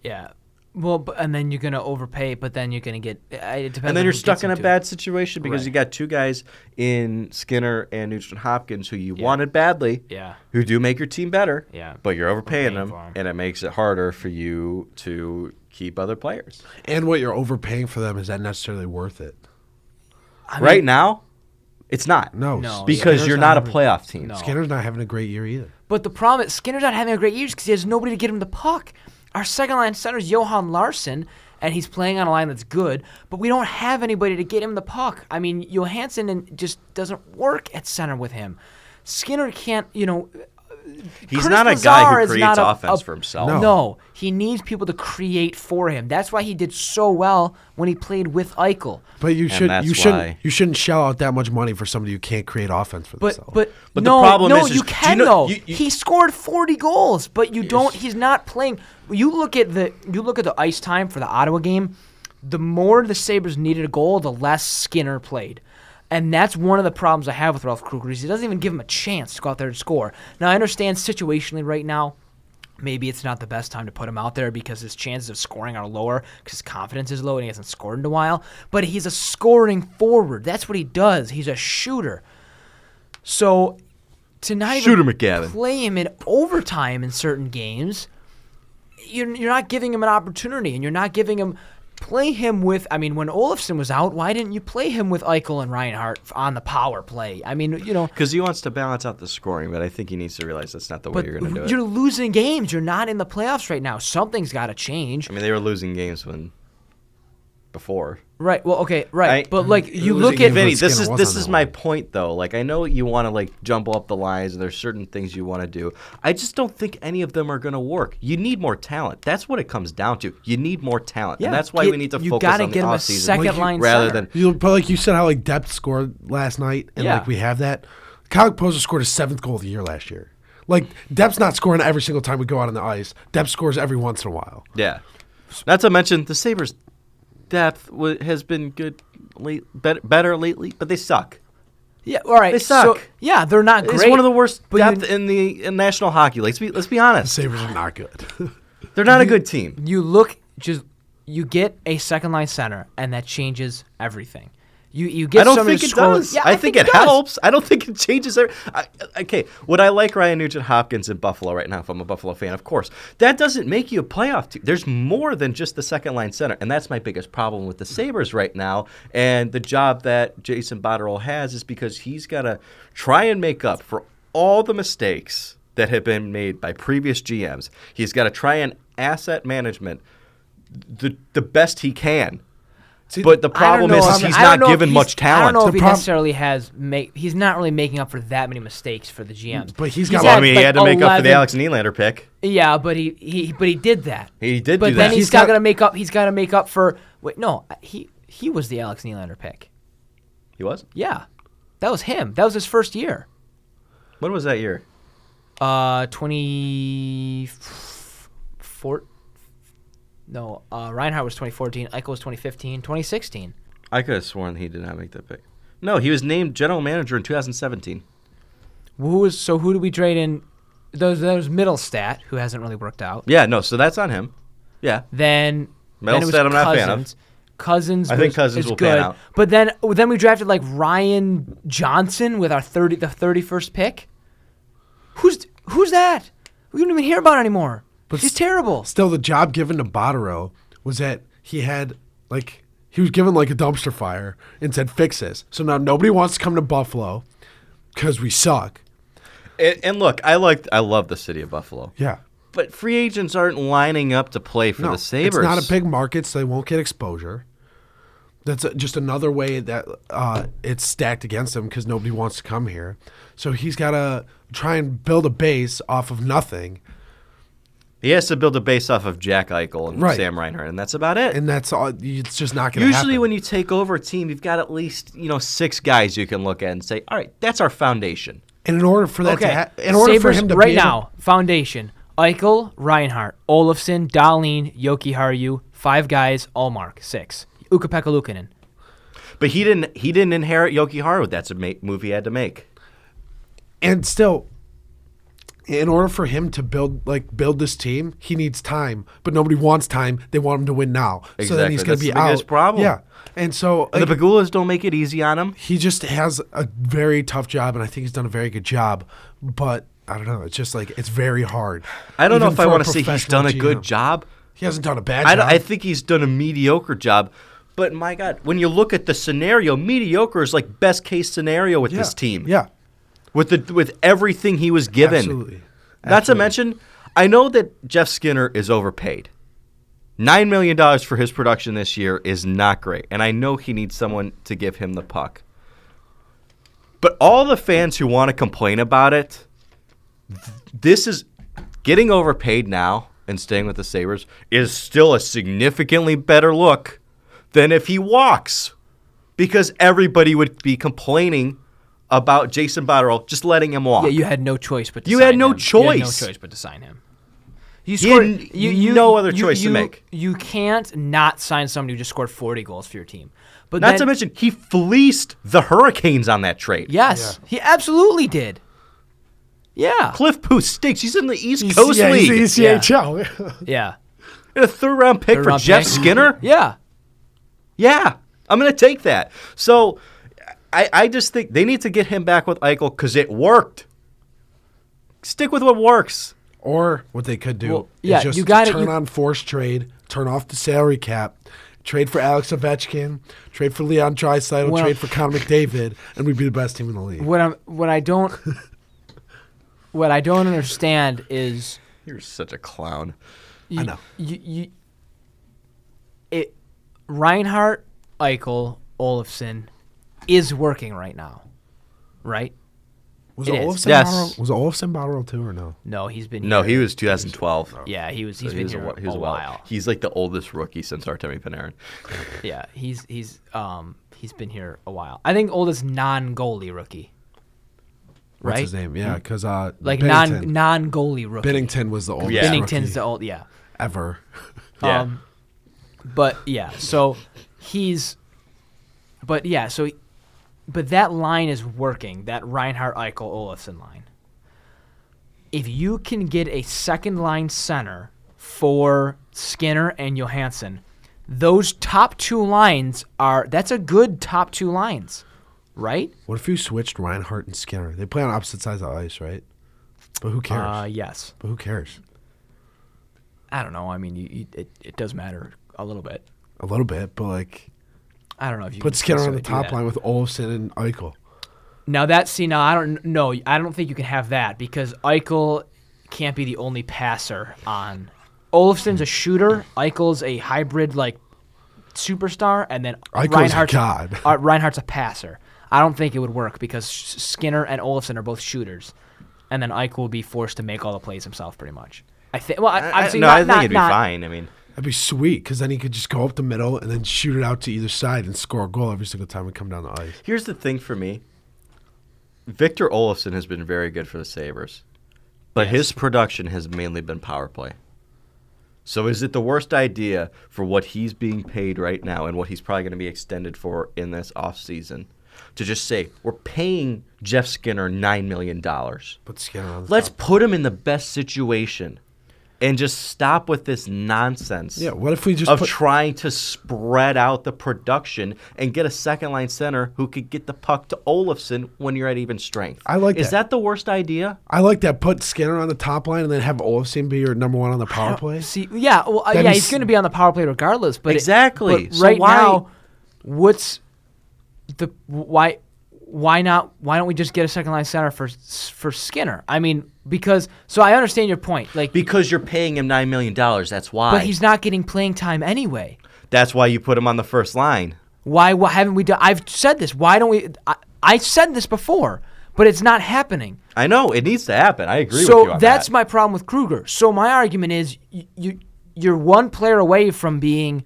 Yeah. Well, but, and then you're going to overpay, but then you're going to get. I- It depends. and on then you're who stuck gets in a into it. bad situation because you Right. got two guys in Skinner and Nugent Hopkins who you wanted badly, Yeah. who do make your team better, Yeah. but you're overpaying Overpaying them, for 'em. and it makes it harder for you to keep other players. and what you're overpaying for them is that necessarily worth it? I mean, right now, it's not. No. No, because Skinner's you're not a having- playoff team. No. Skinner's not having a great year either. But the problem is Skinner's not having a great year because he has nobody to get him the puck. Our second line center is Johan Larson, and he's playing on a line that's good, but we don't have anybody to get him the puck. I mean, Johansson and- just doesn't work at center with him. Skinner can't, you know. uh, He's Curtis not a guy Lazar who is creates not a- offense a- for himself. No. No, he needs people to create for him. That's why he did so well when he played with Eichel. But you should that's you shouldn't why- you shouldn't shell out that much money for somebody who can't create offense for But themselves. but, But the no, problem no, is- is- you do you can know- though. you- you- he scored 40 goals, but you don't. He's not playing. You look at the you look at the ice time for the Ottawa game. The more the Sabers needed a goal, the less Skinner played. And that's one of the problems I have with Ralph Kruger is he doesn't even give him a chance to go out there and score. Now I understand situationally right now, maybe it's not the best time to put him out there because his chances of scoring are lower because his confidence is low and he hasn't scored in a while. But he's a scoring forward. That's what he does. He's a shooter. So to not Shoot even him, McGavin. play him in overtime in certain games, you're, you're not giving him an opportunity, and you're not giving him play him with. I mean, when Olafson was out, why didn't you play him with Eichel and Reinhardt on the power play? I mean, you know, Because he wants to balance out the scoring, but I think he needs to realize that's not the way but you're going to do it. you're losing games. You're not in the playoffs right now. Something's got to change. I mean, they were losing games when before. Right. Well, okay. Right. I- but like losing you look games at with Vinny, this Skinner is was this on is that my one. point though. Like I know you want to like jumble up the lines and there's certain things you want to do. I just don't think any of them are going to work. You need more talent. That's what it comes down to. You need more talent. Yeah. and that's why Get- we need to you focus gotta on the get him a offseason second Well, you- line rather center. than you but like you said how like depth scored last night and Yeah. like we have that. Kyle Poser scored his seventh goal of the year last year. Like Depp's not scoring every single time we go out on the ice. Depp scores every once in a while. yeah. Not to mention the Sabres depth wa has been good late better, better lately, but they suck. yeah. All right. They so- suck. yeah, they're not great. It's one of the worst but you- depth in the in National Hockey League. Let's be let's be The honest. Sabres are not good. They're not a good team. you look just you get a second line center and that changes everything. You you get I don't somebody think to it score- does. Yeah, I, think, it, does. helps. I don't think it changes. Every, I, okay, would I like Ryan Nugent Hopkins in Buffalo right now if I'm a Buffalo fan? Of course. That doesn't make you a playoff team. There's more than just the second line center, and that's my biggest problem with the Sabers right now. And the job that Jason Botterill has is because he's got to try and make up for all the mistakes that have been made by previous GMs. He's got to try and asset management the the best he can. See, but the I don't problem know is, if- is he's I don't not know if given he's- much talent. I don't know The if he prob- necessarily has make. He's not really making up for that many mistakes for the Mm, GMs. But he's got- Well, I had, mean, he had to make up for the 11 Alex Nylander pick. Yeah, but he, he but he did that. He did But do then that. he's He's got got- to make up. He's got to make up for. Wait, no, he he was the Alex Nylander pick. He He was. Yeah, that was him. That was his first year. When was that year? Uh, twenty four. No, uh, Reinhardt was 2014. Eichel was 2015. 2016. I could have sworn he did not make that pick. No, he was named general manager in 2017. Who was so? Who do we trade in? Those those middle stat who hasn't really worked out. Yeah, no, so that's on him. Yeah, Then then it was Middlestat, I'm not a fan of. Cousins. Cousins, I think was- Cousins is will good, pan out. But then then we drafted like Ryan Johnson with our thirty the thirty first pick. Who's who's that? We don't even hear about anymore. He's terrible. Still, the job given to Botero was that he had like he was given like a dumpster fire and said fix this. So now nobody wants to come to Buffalo because we suck. and, and look, I liked, I love the city of Buffalo, Yeah, but free agents aren't lining up to play for the it's Sabers. not a big market, so they won't get exposure. That's a, just another way that uh, it's stacked against him because nobody wants to come here. So he's got to try and build a base off of nothing, He has to build a base off of Jack Eichel and Right. Sam Reinhart, and that's about it. and that's all. It's just not going to Usually, when you take over a team, you've got at least you know six guys you can look at and say, "All right, that's our foundation." and in order for that Okay, to ha- in order for Sabres him to right be able- now foundation Eichel, Reinhardt, Olafson, Dahlin, Yoki Haru, five guys, Allmark, six. Uka Pekalukinen. But he didn't. He didn't inherit Yoki Haru. That's a ma- move he had to make. and still in order for him to build like build this team he needs time but nobody wants time they want him to win now so then Exactly. he's going That's to be the biggest out problem. yeah and so And like, the Pagulas don't make it easy on him. he just has a very tough job and i think he's done a very good job but i don't know it's just like it's very hard I don't know Even if I for want to say he's professional done a good GM. job. he hasn't done a bad I, job don't- I think he's done a mediocre job. But my God, when you look at the scenario, mediocre is like best case scenario with yeah. this team. yeah With the with everything he was given. Absolutely. Not to mention, I know that Jeff Skinner is overpaid. Nine million dollars for his production this year is not great, and I know he needs someone to give him the puck. But all the fans who want to complain about it, th- this is getting overpaid now and staying with the Sabres is still a significantly better look than if he walks. Because everybody would be complaining about Jason Botterill just letting him walk. Yeah, you had no choice but to You sign had him. no You had no choice. choice but to sign him. You He had scored. n- you, you, no other you- choice to you- make. You can't not sign somebody who just scored 40 goals for your team. But Not then- to mention, he fleeced the Hurricanes on that trade. yes, he absolutely did. Yeah, Cliff Booth stinks. He's in the East He's- Coast yeah, League. he's the Yeah. ECHL. yeah, And a third round pick Third for round Jeff pick. Skinner. yeah. Yeah, I'm going to take that. So I, I just think they need to get him back with Eichel because it worked. Stick with what works. Or what they could do Well, is yeah, just you gotta- turn you- on forced trade, turn off the salary cap, trade for Alex Ovechkin, trade for Leon Draisaitl, Well- trade for Connor McDavid, and we'd be the best team in the league. What I'm, what I don't, what I don't understand is You're such a clown. you, know. You, you, it, Reinhardt, Eichel, Olafson is working right now, right? Was It is. Olafson Yes. Barrow- was Olafson Barrow too or no? No, he's been No, here. he was 2012. Yeah, he was. He's So been was a here wh- a, he was while. He's like the oldest rookie since Artemi Panarin. Yeah, he's he's um he's been here a while. I think oldest non goalie rookie. What's Right? his name? Yeah, because uh, Like Bennington. non non goalie rookie. Bennington was the oldest Yeah. rookie Bennington's the old yeah. ever. Yeah. Um, but yeah, so he's, but yeah, so, but that line is working. That Reinhardt Eichel Olafson line. If you can get a second line center for Skinner and Johansson, those top two lines are that's a good top two lines, right? What if you switched Reinhardt and Skinner? They play on opposite sides of the ice, right? But who cares? Uh, yes. but who cares? I don't know. I mean, you, you, it it does matter a little bit. A little bit, but like I don't know if you put can Skinner on necessarily the do top that. line with Olafson and Eichel. Now that see now I don't no I don't think you can have that because Eichel can't be the only passer on. Olafson's a shooter. Eichel's a hybrid like superstar, and then Eichel's a Reinhardt's god. uh, Reinhardt's a passer. I don't think it would work because S- Skinner and Olafson are both shooters, and then Eichel will be forced to make all the plays himself pretty much. I think. Well, I, I- obviously no, not, I think not- it'd be not- fine. I mean, That'd be sweet because then he could just go up the middle and then shoot it out to either side and score a goal every single time we come down the ice. Here's the thing for me. Victor Olofsson has been very good for the Sabres, but his production has mainly been power play. So is it the worst idea for what he's being paid right now and what he's probably going to be extended for in this offseason to just say, we're paying Jeff Skinner $9 million? Put Skinner on the Let's top. put him in the best situation and just stop with this nonsense Yeah, what if we just of put, trying to spread out the production and get a second line center who could get the puck to Olafson when you're at even strength. I like Is that. that the worst idea? I like that. Put Skinner on the top line and then have Olafson be your number one on the power play. See, yeah, well, uh, That'd yeah, be he's s- going to be on the power play regardless. But it- Exactly. but So right why- now, what's the why? Why not? Why don't we just get a second line center for for Skinner? I mean, because so I understand your point. Like, Because you're paying him nine million dollars. That's why. but he's not getting playing time anyway. That's why you put him on the first line. Why, why haven't we done? I've said this. Why don't we? I, I said this before, but it's not happening. I know it needs to happen. I agree so with you. on that's that. my problem with Kruger. So my argument is y- you you're one player away from being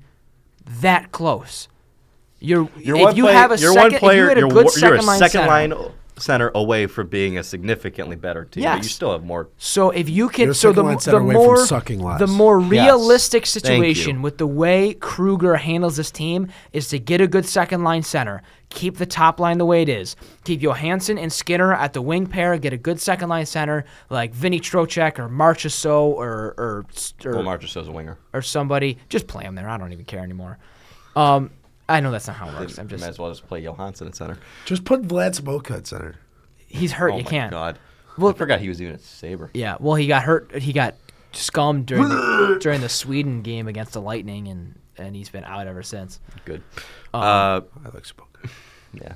that close. You're, You're if one you player, have a you're second, one player, if you had a you're, good wa- you're second a line second center- line center away from being a significantly better team. But you Yes. still have more. So if you You're can, a so the, second line mo- center the away from more sucking lives. the more Yes. realistic Thank you. situation with the way Kruger handles this team is to get a good second line center, keep the top line the way it is, keep Johansson and Skinner at the wing pair, get a good second line center like Vinny Trocek or Marchessault or or, or Well, Marchessault's a winger. or somebody. Just play him there. I don't even care anymore. Um, I know that's not how it works. I'm You might just as well just play Johansson at center. Just put Vlad Smoke at center. he's hurt. oh you my can't. God. Well- I forgot he was even a Saber. Yeah. Well, he got hurt. He got scummed during the, during the Sweden game against the Lightning, and and he's been out ever since. Good. uh, I like Smoke. Yeah.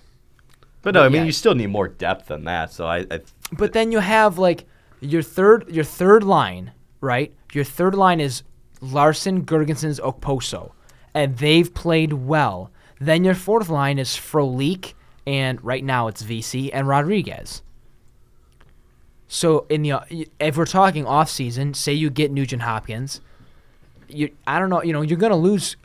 But no, I mean, yeah. you still need more depth than that. So I, I But then you have like your third your third line, right? Your third line is Larson, Gergensons, Okposo, and they've played well. Then your fourth line is Frolik, and right now it's VC and Rodriguez. So in the if we're talking off season, say you get Nugent Hopkins, you I don't know, you know, you're gonna lose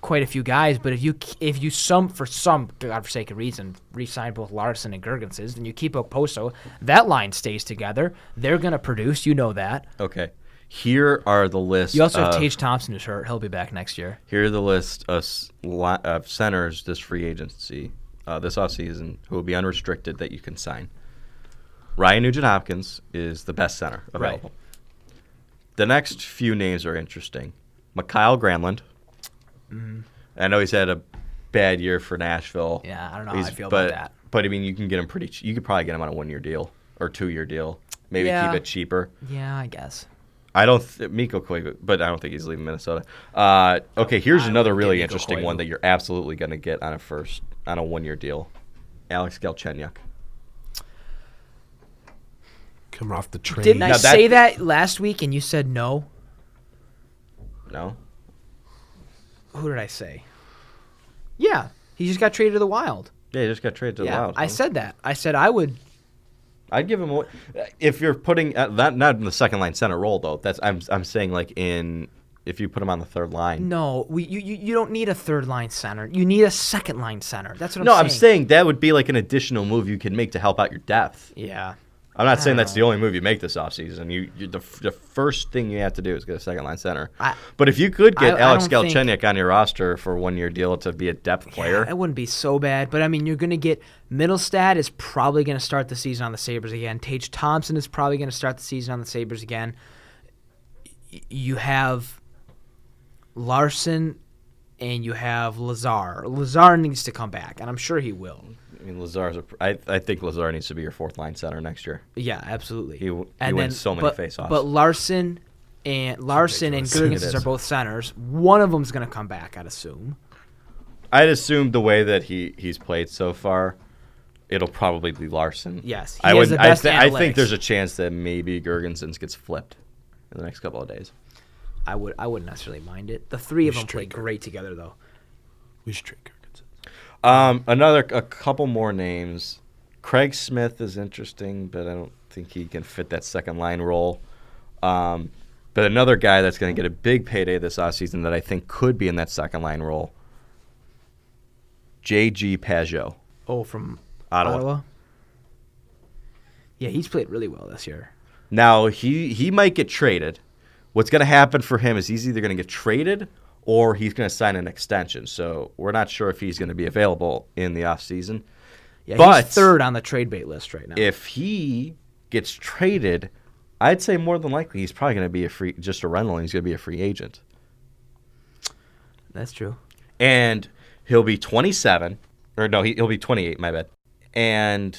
quite a few guys, but if you if you some for some godforsaken reason re-sign both Larson and Gergenses, then you keep Oposo. That line stays together. They're gonna produce. You know that. okay. Here are the list. You also have of- Tage Thompson who's hurt. He'll be back next year. Here are the list of, s- li- of centers this free agency, uh, this offseason, who will be unrestricted that you can sign. Ryan Nugent Hopkins is the best center available. The next few names are interesting. Mikhail Granlund. Mm-hmm. I know he's had a bad year for Nashville. Yeah, I don't know how I feel but, about that. But I mean, you can get him pretty. Ch- you could probably get him on a one-year deal or two-year deal. Maybe Yeah. keep it cheaper. Yeah, I guess. I don't th- Miko Koivu, but I don't think he's leaving Minnesota. Uh, okay, here's I another would get really Mikko interesting Koivu. one that you're absolutely going to get on a first on a one year deal. Alex Galchenyuk. Come off the train. Didn't I Now that- say that last week and you said no? No, Who did I say? Yeah, he just got traded to the Wild. yeah, he just got traded to the yeah, Wild. I man. said that. I said I would. I'd give him away. if you're putting uh, that not in the second line center role though. That's I'm I'm saying like in if you put him on the third line. No, we you, you, you don't need a third line center. You need a second line center. That's what I'm No, saying. I'm saying that would be like an additional move you can make to help out your depth. Yeah. I'm not saying that's Oh. the only move you make this offseason. You, you the, f- the first thing you have to do is get a second line center. I- but if you could get I- I Alex don't think- Galchenyuk on your roster for one year deal to be a depth player, It wouldn't be so bad, but I mean, you're going to get Middlestad is probably going to start the season on the Sabres again. Tage Thompson is probably going to start the season on the Sabres again. Y- You have Larson and you have Lazar. Lazar needs to come back, and I'm sure he will. I mean Lazar's. A, pr- I I think Lazar needs to be your fourth line center next year. Yeah, absolutely. He w- he wins so many but, faceoffs. But Larson and Larson and ridiculous. Gergens It are is. both centers. One of them's going to come back, I'd assume. I'd assume the way that he he's played so far, it'll probably be Larson. Yes, he I has would. the I, best thi- I think analytics. there's a chance that maybe Gergensen's gets flipped in the next couple of days. I would I wouldn't necessarily mind it. The three of them play Streaker. great together though. We should trade Kirkinson. Um, another a couple more names. Craig Smith is interesting, but I don't think he can fit that second line role. Um, But another guy that's going to get a big payday this offseason that I think could be in that second line role, J.G. Pajot, Oh, from Ottawa. Ottawa. Yeah, he's played really well this year. Now he he might get traded. What's going to happen for him is he's either going to get traded or he's going to sign an extension. So we're not sure if he's going to be available in the offseason. Yeah, But- he's third on the trade bait list right now. If he gets traded, I'd say more than likely he's probably going to be a free just a rental and he's going to be a free agent. That's true. and he'll be 27 or no he, he'll be 28 my bad and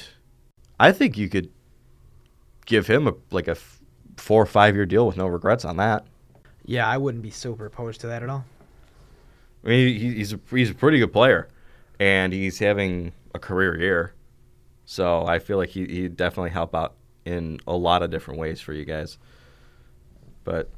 i think you could give him a like a f- four or five year deal with no regrets on that Yeah, I wouldn't be super opposed to that at all. i mean he, he's a, he's a pretty good player and he's having a career year so i feel like he he definitely help out in a lot of different ways for you guys but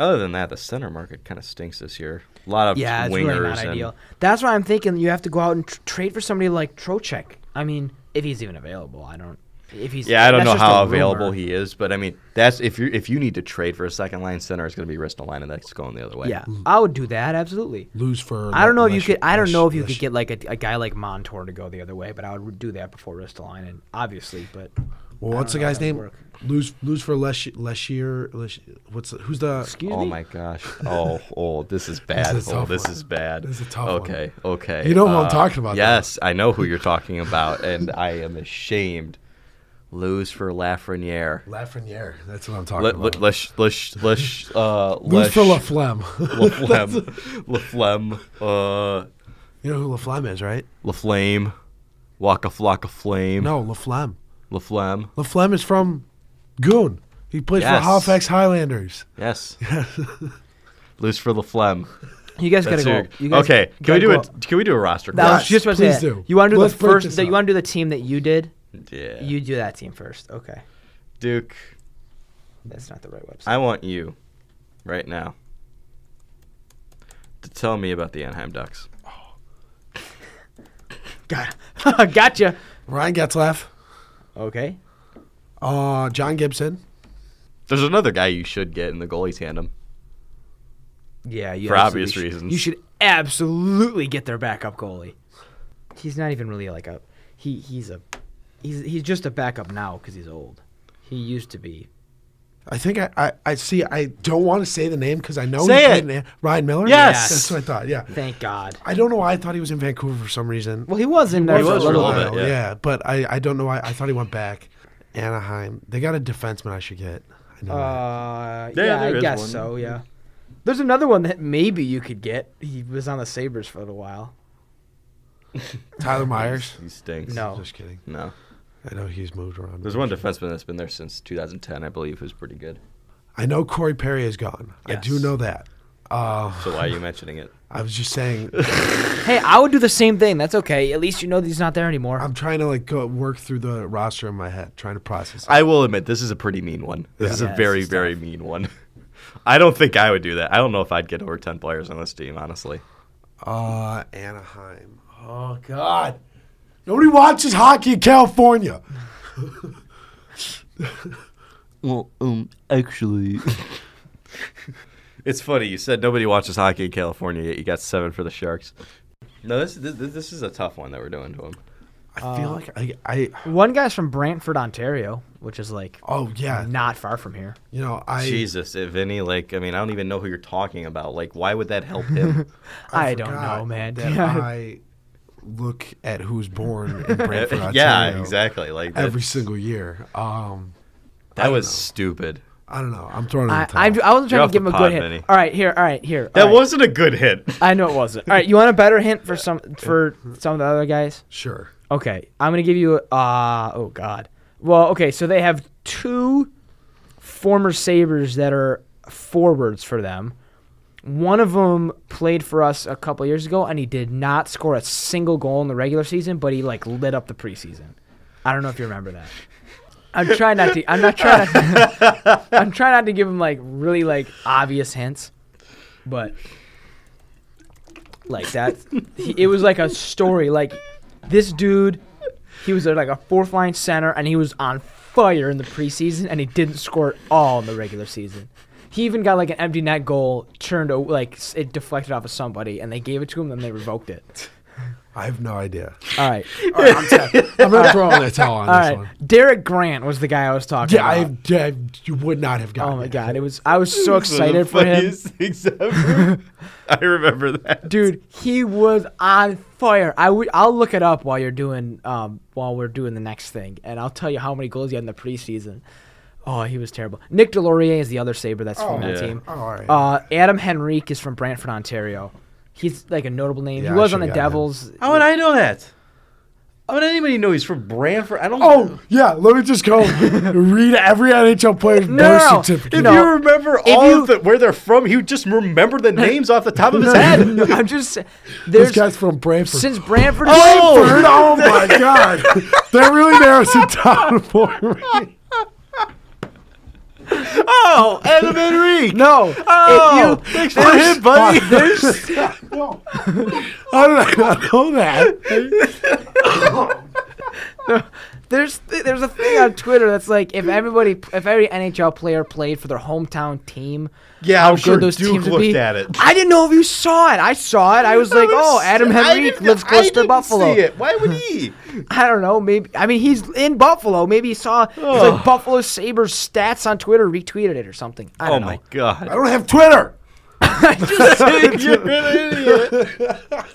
other than that, the center market kind of stinks this year. A lot of Yeah, it's wingers really not and ideal. That's why I'm thinking you have to go out and tr- trade for somebody like Trocek. I mean, if he's even available, I don't. If he's Yeah, I don't that's know just a how rumor. available he is, but I mean, that's if you if you need to trade for a second line center, it's going to be Ristolainen that's going the other way. Yeah, I would do that absolutely. Lose for. I don't know if you Lesh- could. I don't know if Lesh- you could Lesh- get like a, a guy like Montour to go the other way, but I would do that before Ristolainen, obviously. But Well, I what's the don't know if guy's that would name? work. Lose lose for Lesh Leshier. Lesh, what's the, who's the? Excuse Oh me. my gosh. Oh, oh, this is bad. This is a oh, tough this one. is bad. This is a tough one. Okay, okay. uh, You know who I'm talking about, though. Yes, I know who you're talking about, and I am ashamed. Lose for Lafreniere. Lafreniere. That's what I'm talking Let, about. let, let's let's let's uh, lose for let's- Laflemme. Laflemme, Laflemme, uh, you know who Laflemme is, right? Laflame, Waka Flocka Flame, No, Laflemme. Laflemme. Laflemme is from Goon. He plays Yes. for Halifax Highlanders. Yes. Lose for the phlegm. You guys gotta That's go. who- You guys okay, can gotta we do go. a can we do a roster? That was Yes, just about to please say. do. Do. You want to do Let's the break first? this That you up. want to do the team that you did? call? yeah. You do that team first. Okay, Duke, that's not the right website. I want you right now to tell me about the Anaheim Ducks. Got, gotcha. Ryan Getzlaff. Okay. Uh, John Gibson. There's another guy you should get in the goalie tandem. Yeah, you For absolutely obvious should- reasons. You should absolutely get their backup goalie. He's not even really like a he. He's a he's he's just a backup now because he's old. He used to be. I think I, I, I see. I don't want to say the name because I know Say he played it. in A- Ryan Miller. Yes. that's what I thought. Yeah, Thank God. I don't know why I thought he was in Vancouver for some reason. Well, he was in there He for was a for little a bit. little bit, yeah. yeah. but I, I don't know why. I thought he went back. Anaheim. They got a defenseman I should get. I know. that. Uh, yeah, There- there I is guess one. so. Yeah. There's another one that maybe you could get. He was on the Sabers for a little while. Tyler Myers. He stinks. No. Just kidding. No. I know he's moved around. There's one defenseman that's been there since 2010, I believe, who's pretty good. I know Corey Perry is gone. I do Yes. know that. Uh, So why are you mentioning it? I was just saying. Hey, I would do the same thing. That's okay. At least you know that he's not there anymore. I'm trying to like go work through the roster in my head, trying to process. it. I will admit this is a pretty mean one. This is Yeah, a this very, is very mean one. I don't think I would do that. I don't know if I'd get over 10 players on this team, honestly. Uh, Anaheim. Oh God. Nobody watches hockey in California. Well, um, actually, it's funny. You said nobody watches hockey in California yet. You got seven for the Sharks. No, this this, this is a tough one that we're doing to him. I feel like I, I. One guy's from Brantford, Ontario, which is like Oh yeah. not far from here. You know I. Jesus, if any, like, I mean, I don't even know who you're talking about. Like, why would that help him? I, don't forgot know, man. That Yeah. I look at who's born in Brantford, Ontario yeah, exactly. Like that, Every single year. Um, that was stupid. I don't know. I'm throwing it. I, in the I, towel. I wasn't You're trying off to give the him a pod, good hint. Vinny. All right, here, all right, here. That all right. wasn't a good hit. I know it wasn't. All right, you want a better hint for some for some of the other guys? sure. Okay, I'm gonna give you. Uh, oh God. Well, okay, so they have two former Sabers that are forwards for them. One of them played for us a couple years ago, and he did not score a single goal in the regular season, but he like lit up the preseason. I don't know if you remember that. I'm trying not to. I'm not trying. To, I'm trying not to give him like really like obvious hints, but like that. he- It was like a story. Like this dude, he was uh, like a fourth line center, and he was on fire in the preseason, and he didn't score at all in the regular season. He even got like an empty net goal turned o- like s- it deflected off of somebody, and they gave it to him, then they revoked it. I have no idea. All right, Uh, All right, I'm, tapped. I'm not throwing that towel on all this right. one. Derek Grant was the guy I was talking Yeah, I, about. have, yeah, you would not have gotten. oh my it. god, it was I was so excited for him. I remember that. dude he was on fire i would i'll look it up while you're doing um while we're doing the next thing and i'll tell you how many goals he had in the preseason oh he was terrible nick delorier is the other saber that's Oh, from that yeah. team Oh, all right. uh adam henrique is from brantford ontario he's like a notable name Yeah, I he was on should've the gotten him. devils How would I know that? How would anybody know he's from Branford? I don't. oh yeah, let me just go read every NHL player's No, birth no, no. certificate. If No. you remember If all you- of the, where they're from, he would just remember the names off the top of his head. No, i'm just sa- This there's guy's from Brantford. since brantford Oh! Brantford? Oh my god, that really narrows it down for me. Oh, Adam Henrique. no Oh, if you thanks for the hit, buddy. There's, No. How did I not know that? There's there's a thing on Twitter that's like if everybody if every NHL player played for their hometown team, Yeah, how I'm good sure those Duke teams would looked be. at it. I didn't know if you saw it. I saw it. I was like, oh, Adam Henrique lives close to Buffalo. Why would he? I don't know. Maybe I mean he's in Buffalo. Maybe he saw it's like Buffalo Sabres stats on Twitter, retweeted it or something. I Oh don't my know. I god. don't have Twitter. You're an idiot.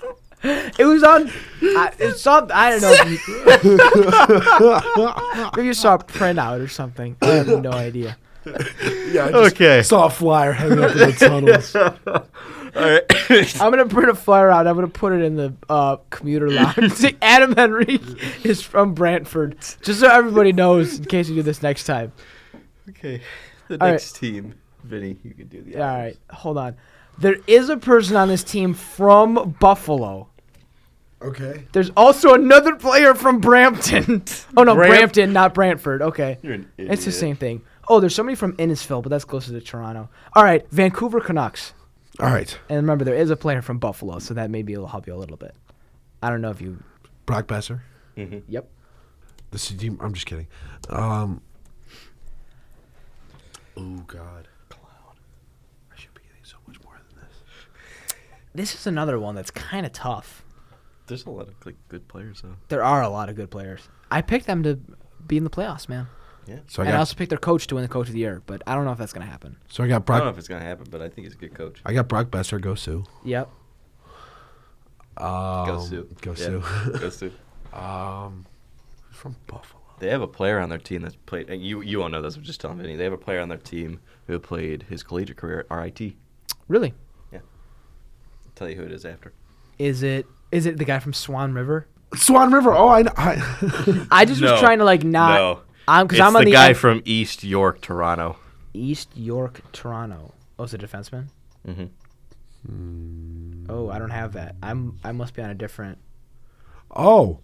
It was on. I, it's some. I don't know. If you, maybe you saw a printout or something. I have no idea. Yeah, I just Okay. saw a flyer hanging up in the tunnels. I'm gonna print a flyer out. I'm gonna put it in the uh, commuter lounge. Say, Adam Henrique is from Brantford, just so everybody knows in case you do this next time. Okay. The All right. next team, Vinny, you can do the. All right, hold on. There is a person on this team from Buffalo. Okay. There's also another player from Brampton. oh no, Bram- Brampton, not Brantford. Okay, You're an idiot. it's the same thing. Oh, there's somebody from Innisfil, but that's closer to Toronto. All right, Vancouver Canucks. All right. And remember, there is a player from Buffalo, so that maybe will help you a little bit. I don't know if you. Brock Besser. Yep. This is, I'm just kidding. Um, oh God, cloud. I should be getting so much more than this. This is another one that's kind of tough. There's a lot of like good players though. There are a lot of good players. I picked them to be in the playoffs, man. So I and I got also picked their coach to win the coach of the year, but I don't know if that's going to happen. so I got I don't know Brock. if it's gonna happen, but I think he's a good coach. I got Brock Besser. Go Sue. Yep. Um, Go Sue. Go Yeah, Sue. Go Sue. um, who's from Buffalo. They have a player on their team that's played. And you you all know this. I'm just telling Vinny. They have a player on their team who played his collegiate career at RIT. I'll Really? tell you who it is after. Is it is it the guy from Swan River? Swan River. Oh, I. Know. I I just was No. trying to like not. no. I'm because It's I'm the, on the, guy end- from East York, Toronto. East York, Toronto. Oh, it's a defenseman. Mm-hmm. Oh, I don't have that. I'm I must be on a different. oh.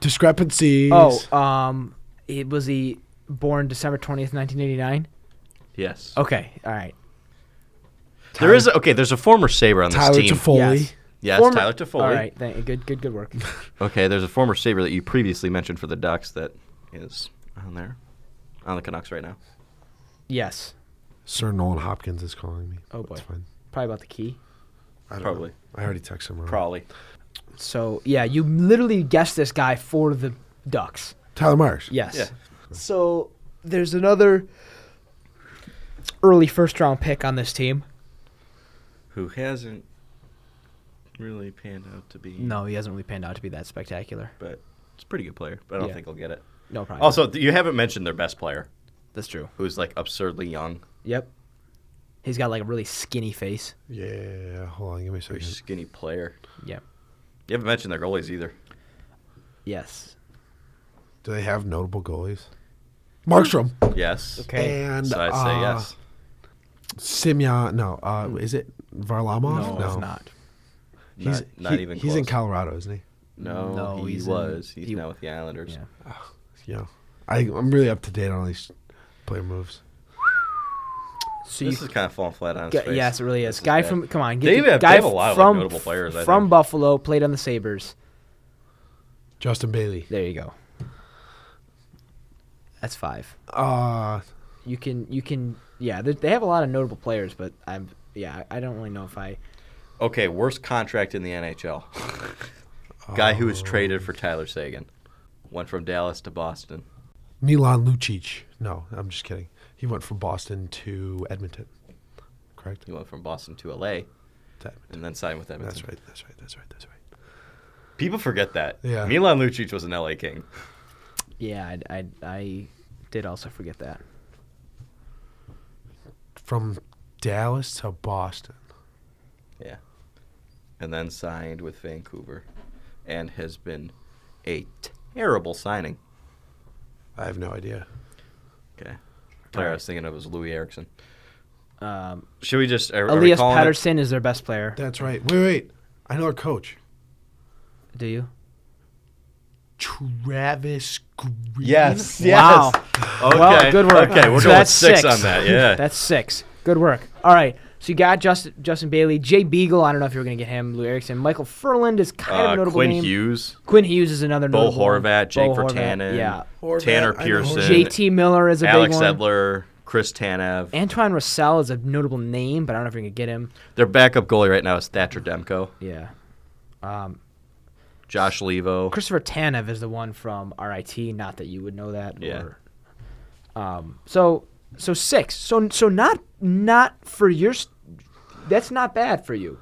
Discrepancies. Oh, um, it was he born December twentieth, nineteen eighty nine. Yes. Okay, all right. There is a, okay. There's a former Saber on this Tyler team. Toffoli. Yes. yes, Tyler Toffoli. All right, thank, good, good, good work. Okay, there's a former Saber that you previously mentioned for the Ducks that is on there, on the Canucks right now. yes. Sir Nolan Hopkins is calling me. Oh, boy. It's fine. Probably about the key. I don't know. Probably. I already texted him. Probably. Uh-huh. Probably. So yeah, you literally guessed this guy for the Ducks. Tyler Myers. Yes. Yeah. So there's another early first round pick on this team. Who hasn't really panned out to be. No, he hasn't really panned out to be that spectacular. But it's a pretty good player, but I don't Yeah. think he'll get it. No problem. Also, th- you haven't mentioned their best player, that's true. who's like absurdly young, Yep. He's got like a really skinny face. Yeah. Hold on. Give me a very second. skinny player. Yep. You haven't mentioned their goalies either. Yes. Do they have notable goalies? Markstrom. Yes. Okay. And So I'd say uh, yes. Simeon. No, uh, is it Varlamov? Hmm. No, it's not. He's Not- not he- even He's in close. Colorado, isn't he? No, No, he he's in- was. he's he- now with the Islanders. Yeah. Yeah, I, I'm really up to date on all these player moves. So This you is kind of falling flat on his Gu- face. yes, it really This is. Guy bad. from come on, They get the have- they guy have a lot of, like, from notable players, I from think. Buffalo played on the Sabers. Justin Bailey. There you go. That's five. Uh you can you can yeah they, they have a lot of notable players, but I'm yeah I I don't really know if I Okay, worst contract in the NHL. Guy who was traded for Tyler Sagan. Went from Dallas to Boston. Milan Lucic. No, I'm just kidding. He went from Boston to Edmonton. Correct? He went from Boston to LA To Edmonton. and then signed with Edmonton. That's right. That's right. That's right. That's right. People forget that. Yeah. Milan Lucic was an LA King. yeah I I, I did also forget that. From Dallas to Boston. Yeah. And then signed with Vancouver and has been a terrible signing. I have no idea. Okay. Player I was thinking of was Louis Erickson. Um, Should we just are, are we Elias calling it- Patterson is their best player. That's right. Wait, wait. I know our coach. Do you? Travis Green. Yes. Wow. Yes. Okay. Well, good work. Okay, we're So going that's six, on that. Yeah. that's six. Good work. All right. So you got Justin, Justin Bailey, Jay Beagle. I don't know if you were going to get him. Lou Erickson, Michael Furland is kind of a uh, notable Quinn name. Hughes, Quinn Hughes is another Bo notable. one. Horvat, Jake Bo Horvat, Vertanen, Yeah. Horvat, Tanner I know Pearson, Horvat. JT Miller is a Alex big one. Edler, Chris Tanev. Antoine Russell is a notable name, but I don't know if you're going to get him. Their backup goalie right now is Thatcher Demko, Yeah. Um, Josh Levo. Christopher Tanev is the one from RIT. Not that you would know that. Yeah. Or, um. So so six. So so not not for your. s- That's not bad for you.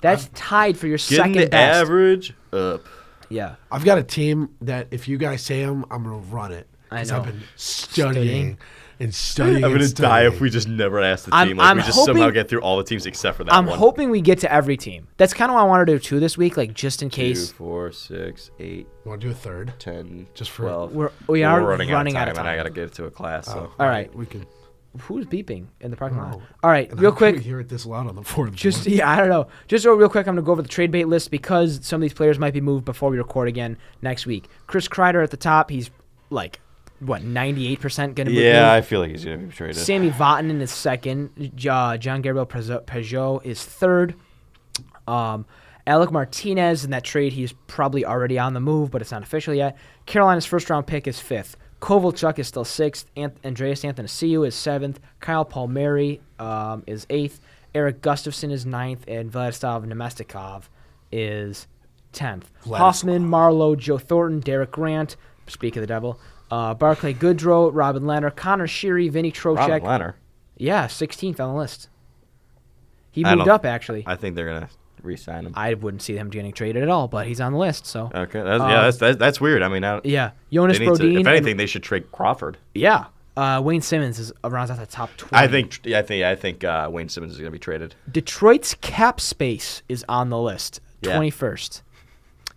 That's tied for your Getting second the best. average up. Yeah. I've got a team that if you guys say them, I'm going to run it. 'Cause I I've know. been studying, Studying. and studying. I'm going gonna to die if we just never ask the I'm- team. Like I'm we just hoping- somehow get through all the teams except for that I'm one. hoping we get to every team. That's kind of what I want to do too this week, like just in Two, case. four, six, eight, You want to do a third? ten, Just for- Oh. 12. We're- we Well, are we're running, running out, out of of time, and I time. gotta get to a class. So. All right. We can. Who's beeping in the parking lot? Oh. All right, and real how can we quick. hear it this loud on the fourth. Just yeah, I don't know. Just real quick, I'm gonna go over the trade bait list because some of these players might be moved before we record again next week. Chris Kreider at the top, he's like what 98% gonna be Yeah, I feel like he's gonna be traded. Sammy Vatanen is second. J- uh, John Gabriel Prezo- Peugeot is third. Um, Alec Martinez in that trade, he's probably already on the move, but it's not official yet. Carolina's first round pick is fifth. Kovalchuk is still sixth. Ant- Andreas Anthonasiou is seventh. Kyle Palmieri um, is eighth. Eric Gustafson is ninth, and Vladislav Nemestikov is tenth. Hoffman, Marlowe, Joe Thornton, Derek Grant. Speak of the devil. Uh, Barclay Goodrow, Robin Leonard, Connor Sheary, Vinny Robin Trocek. Leonard. Yeah, 16th on the list. He I moved don't- up actually. I think they're gonna re-sign him. I wouldn't see him getting traded at all, but he's on the list. So okay, that's, Uh, yeah, that's, that's that's weird. I mean, I don't, yeah, they Jonas need to, Brodeen. if and- anything, they should trade Crawford. yeah, uh, Wayne Simmons is rounds out the top twenty. I think tr- I think I think uh, Wayne Simmons is gonna be traded. Detroit's cap space is on the list, Yeah. twenty first.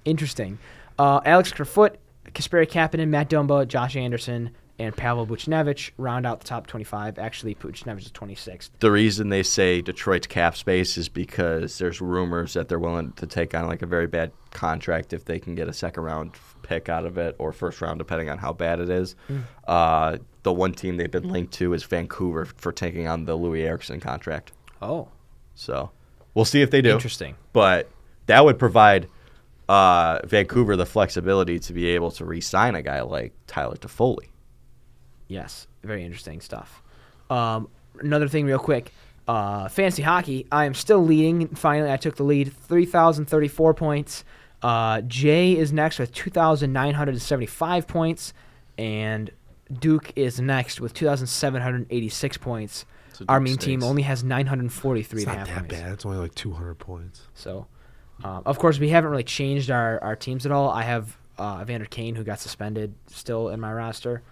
Interesting. Uh, Alex Kerfoot, Kasperi Kapanen, Matt Dumba, Josh Anderson, and Pavel Buchnevich round out the top twenty five. Actually, Buchnevich is twenty sixth. The reason they say Detroit's cap space is because there's rumors that they're willing to take on like a very bad contract if they can get a second round pick out of it or first round, depending on how bad it is. Uh, the one team they've been linked to is Vancouver for taking on the Louis Erickson contract. Oh, So we'll see if they do. Interesting. But that would provide uh, Vancouver the flexibility to be able to re-sign a guy like Tyler Toffoli. Yes, very interesting stuff. Um, another thing, real quick. Uh, fantasy hockey. I am still leading. Finally, I took the lead. Three thousand thirty-four points. Uh, Jay is next with two thousand nine hundred seventy-five points, and Duke is next with two thousand seven hundred eighty-six points. So Our Duke main team stinks. only has nine hundred forty-three It's and a not half that points. bad. It's only like 200 points. So, um, of course, we haven't really changed our, our teams at all. I have uh, Evander Kane, who got suspended, still in my roster.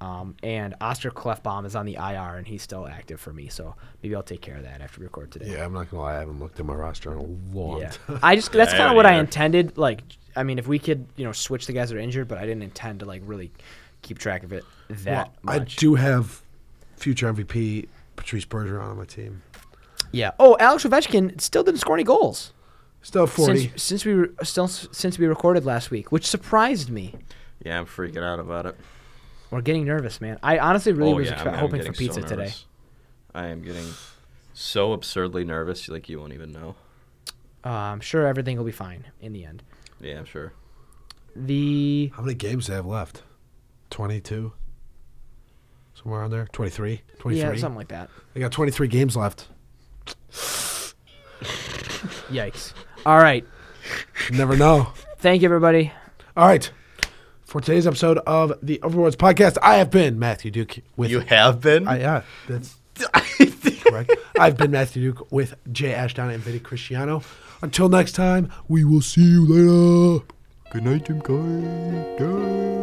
Um, and Oscar Clefbaum is on the IR, and he's still active for me. So maybe I'll take care of that after we record today. Yeah, I'm not gonna lie. I haven't looked at my roster in a long Yeah. time. I just that's I kind of haven't what I either. intended. Like, I mean, if we could, you know, switch the guys that are injured, but I didn't intend to like really keep track of it that I much. do have future MVP Patrice Bergeron on my team. yeah. Oh, Alex Ovechkin still didn't score any goals Still 40. since since we re- still since we recorded last week, which surprised me. Yeah, I'm freaking out about it. We're getting nervous, man. I honestly really was Oh, yeah, expe- hoping for pizza today. I am getting so absurdly nervous, like you won't even know. Uh, I'm sure everything will be fine in the end. Yeah, I'm sure. The How many games do I have left? 22. somewhere on there. 23, 23. Yeah, something like that. they got 23 games left. Yikes. All right. You never know. Thank you, everybody. All right. For today's episode of the Overlords podcast, I have been Matthew Duke with You have been. I, yeah, that's correct. I've been Matthew Duke with Jay Ashdown and Vinny Cristiano. Until next time, we will see you later. Good night, Jim Guy.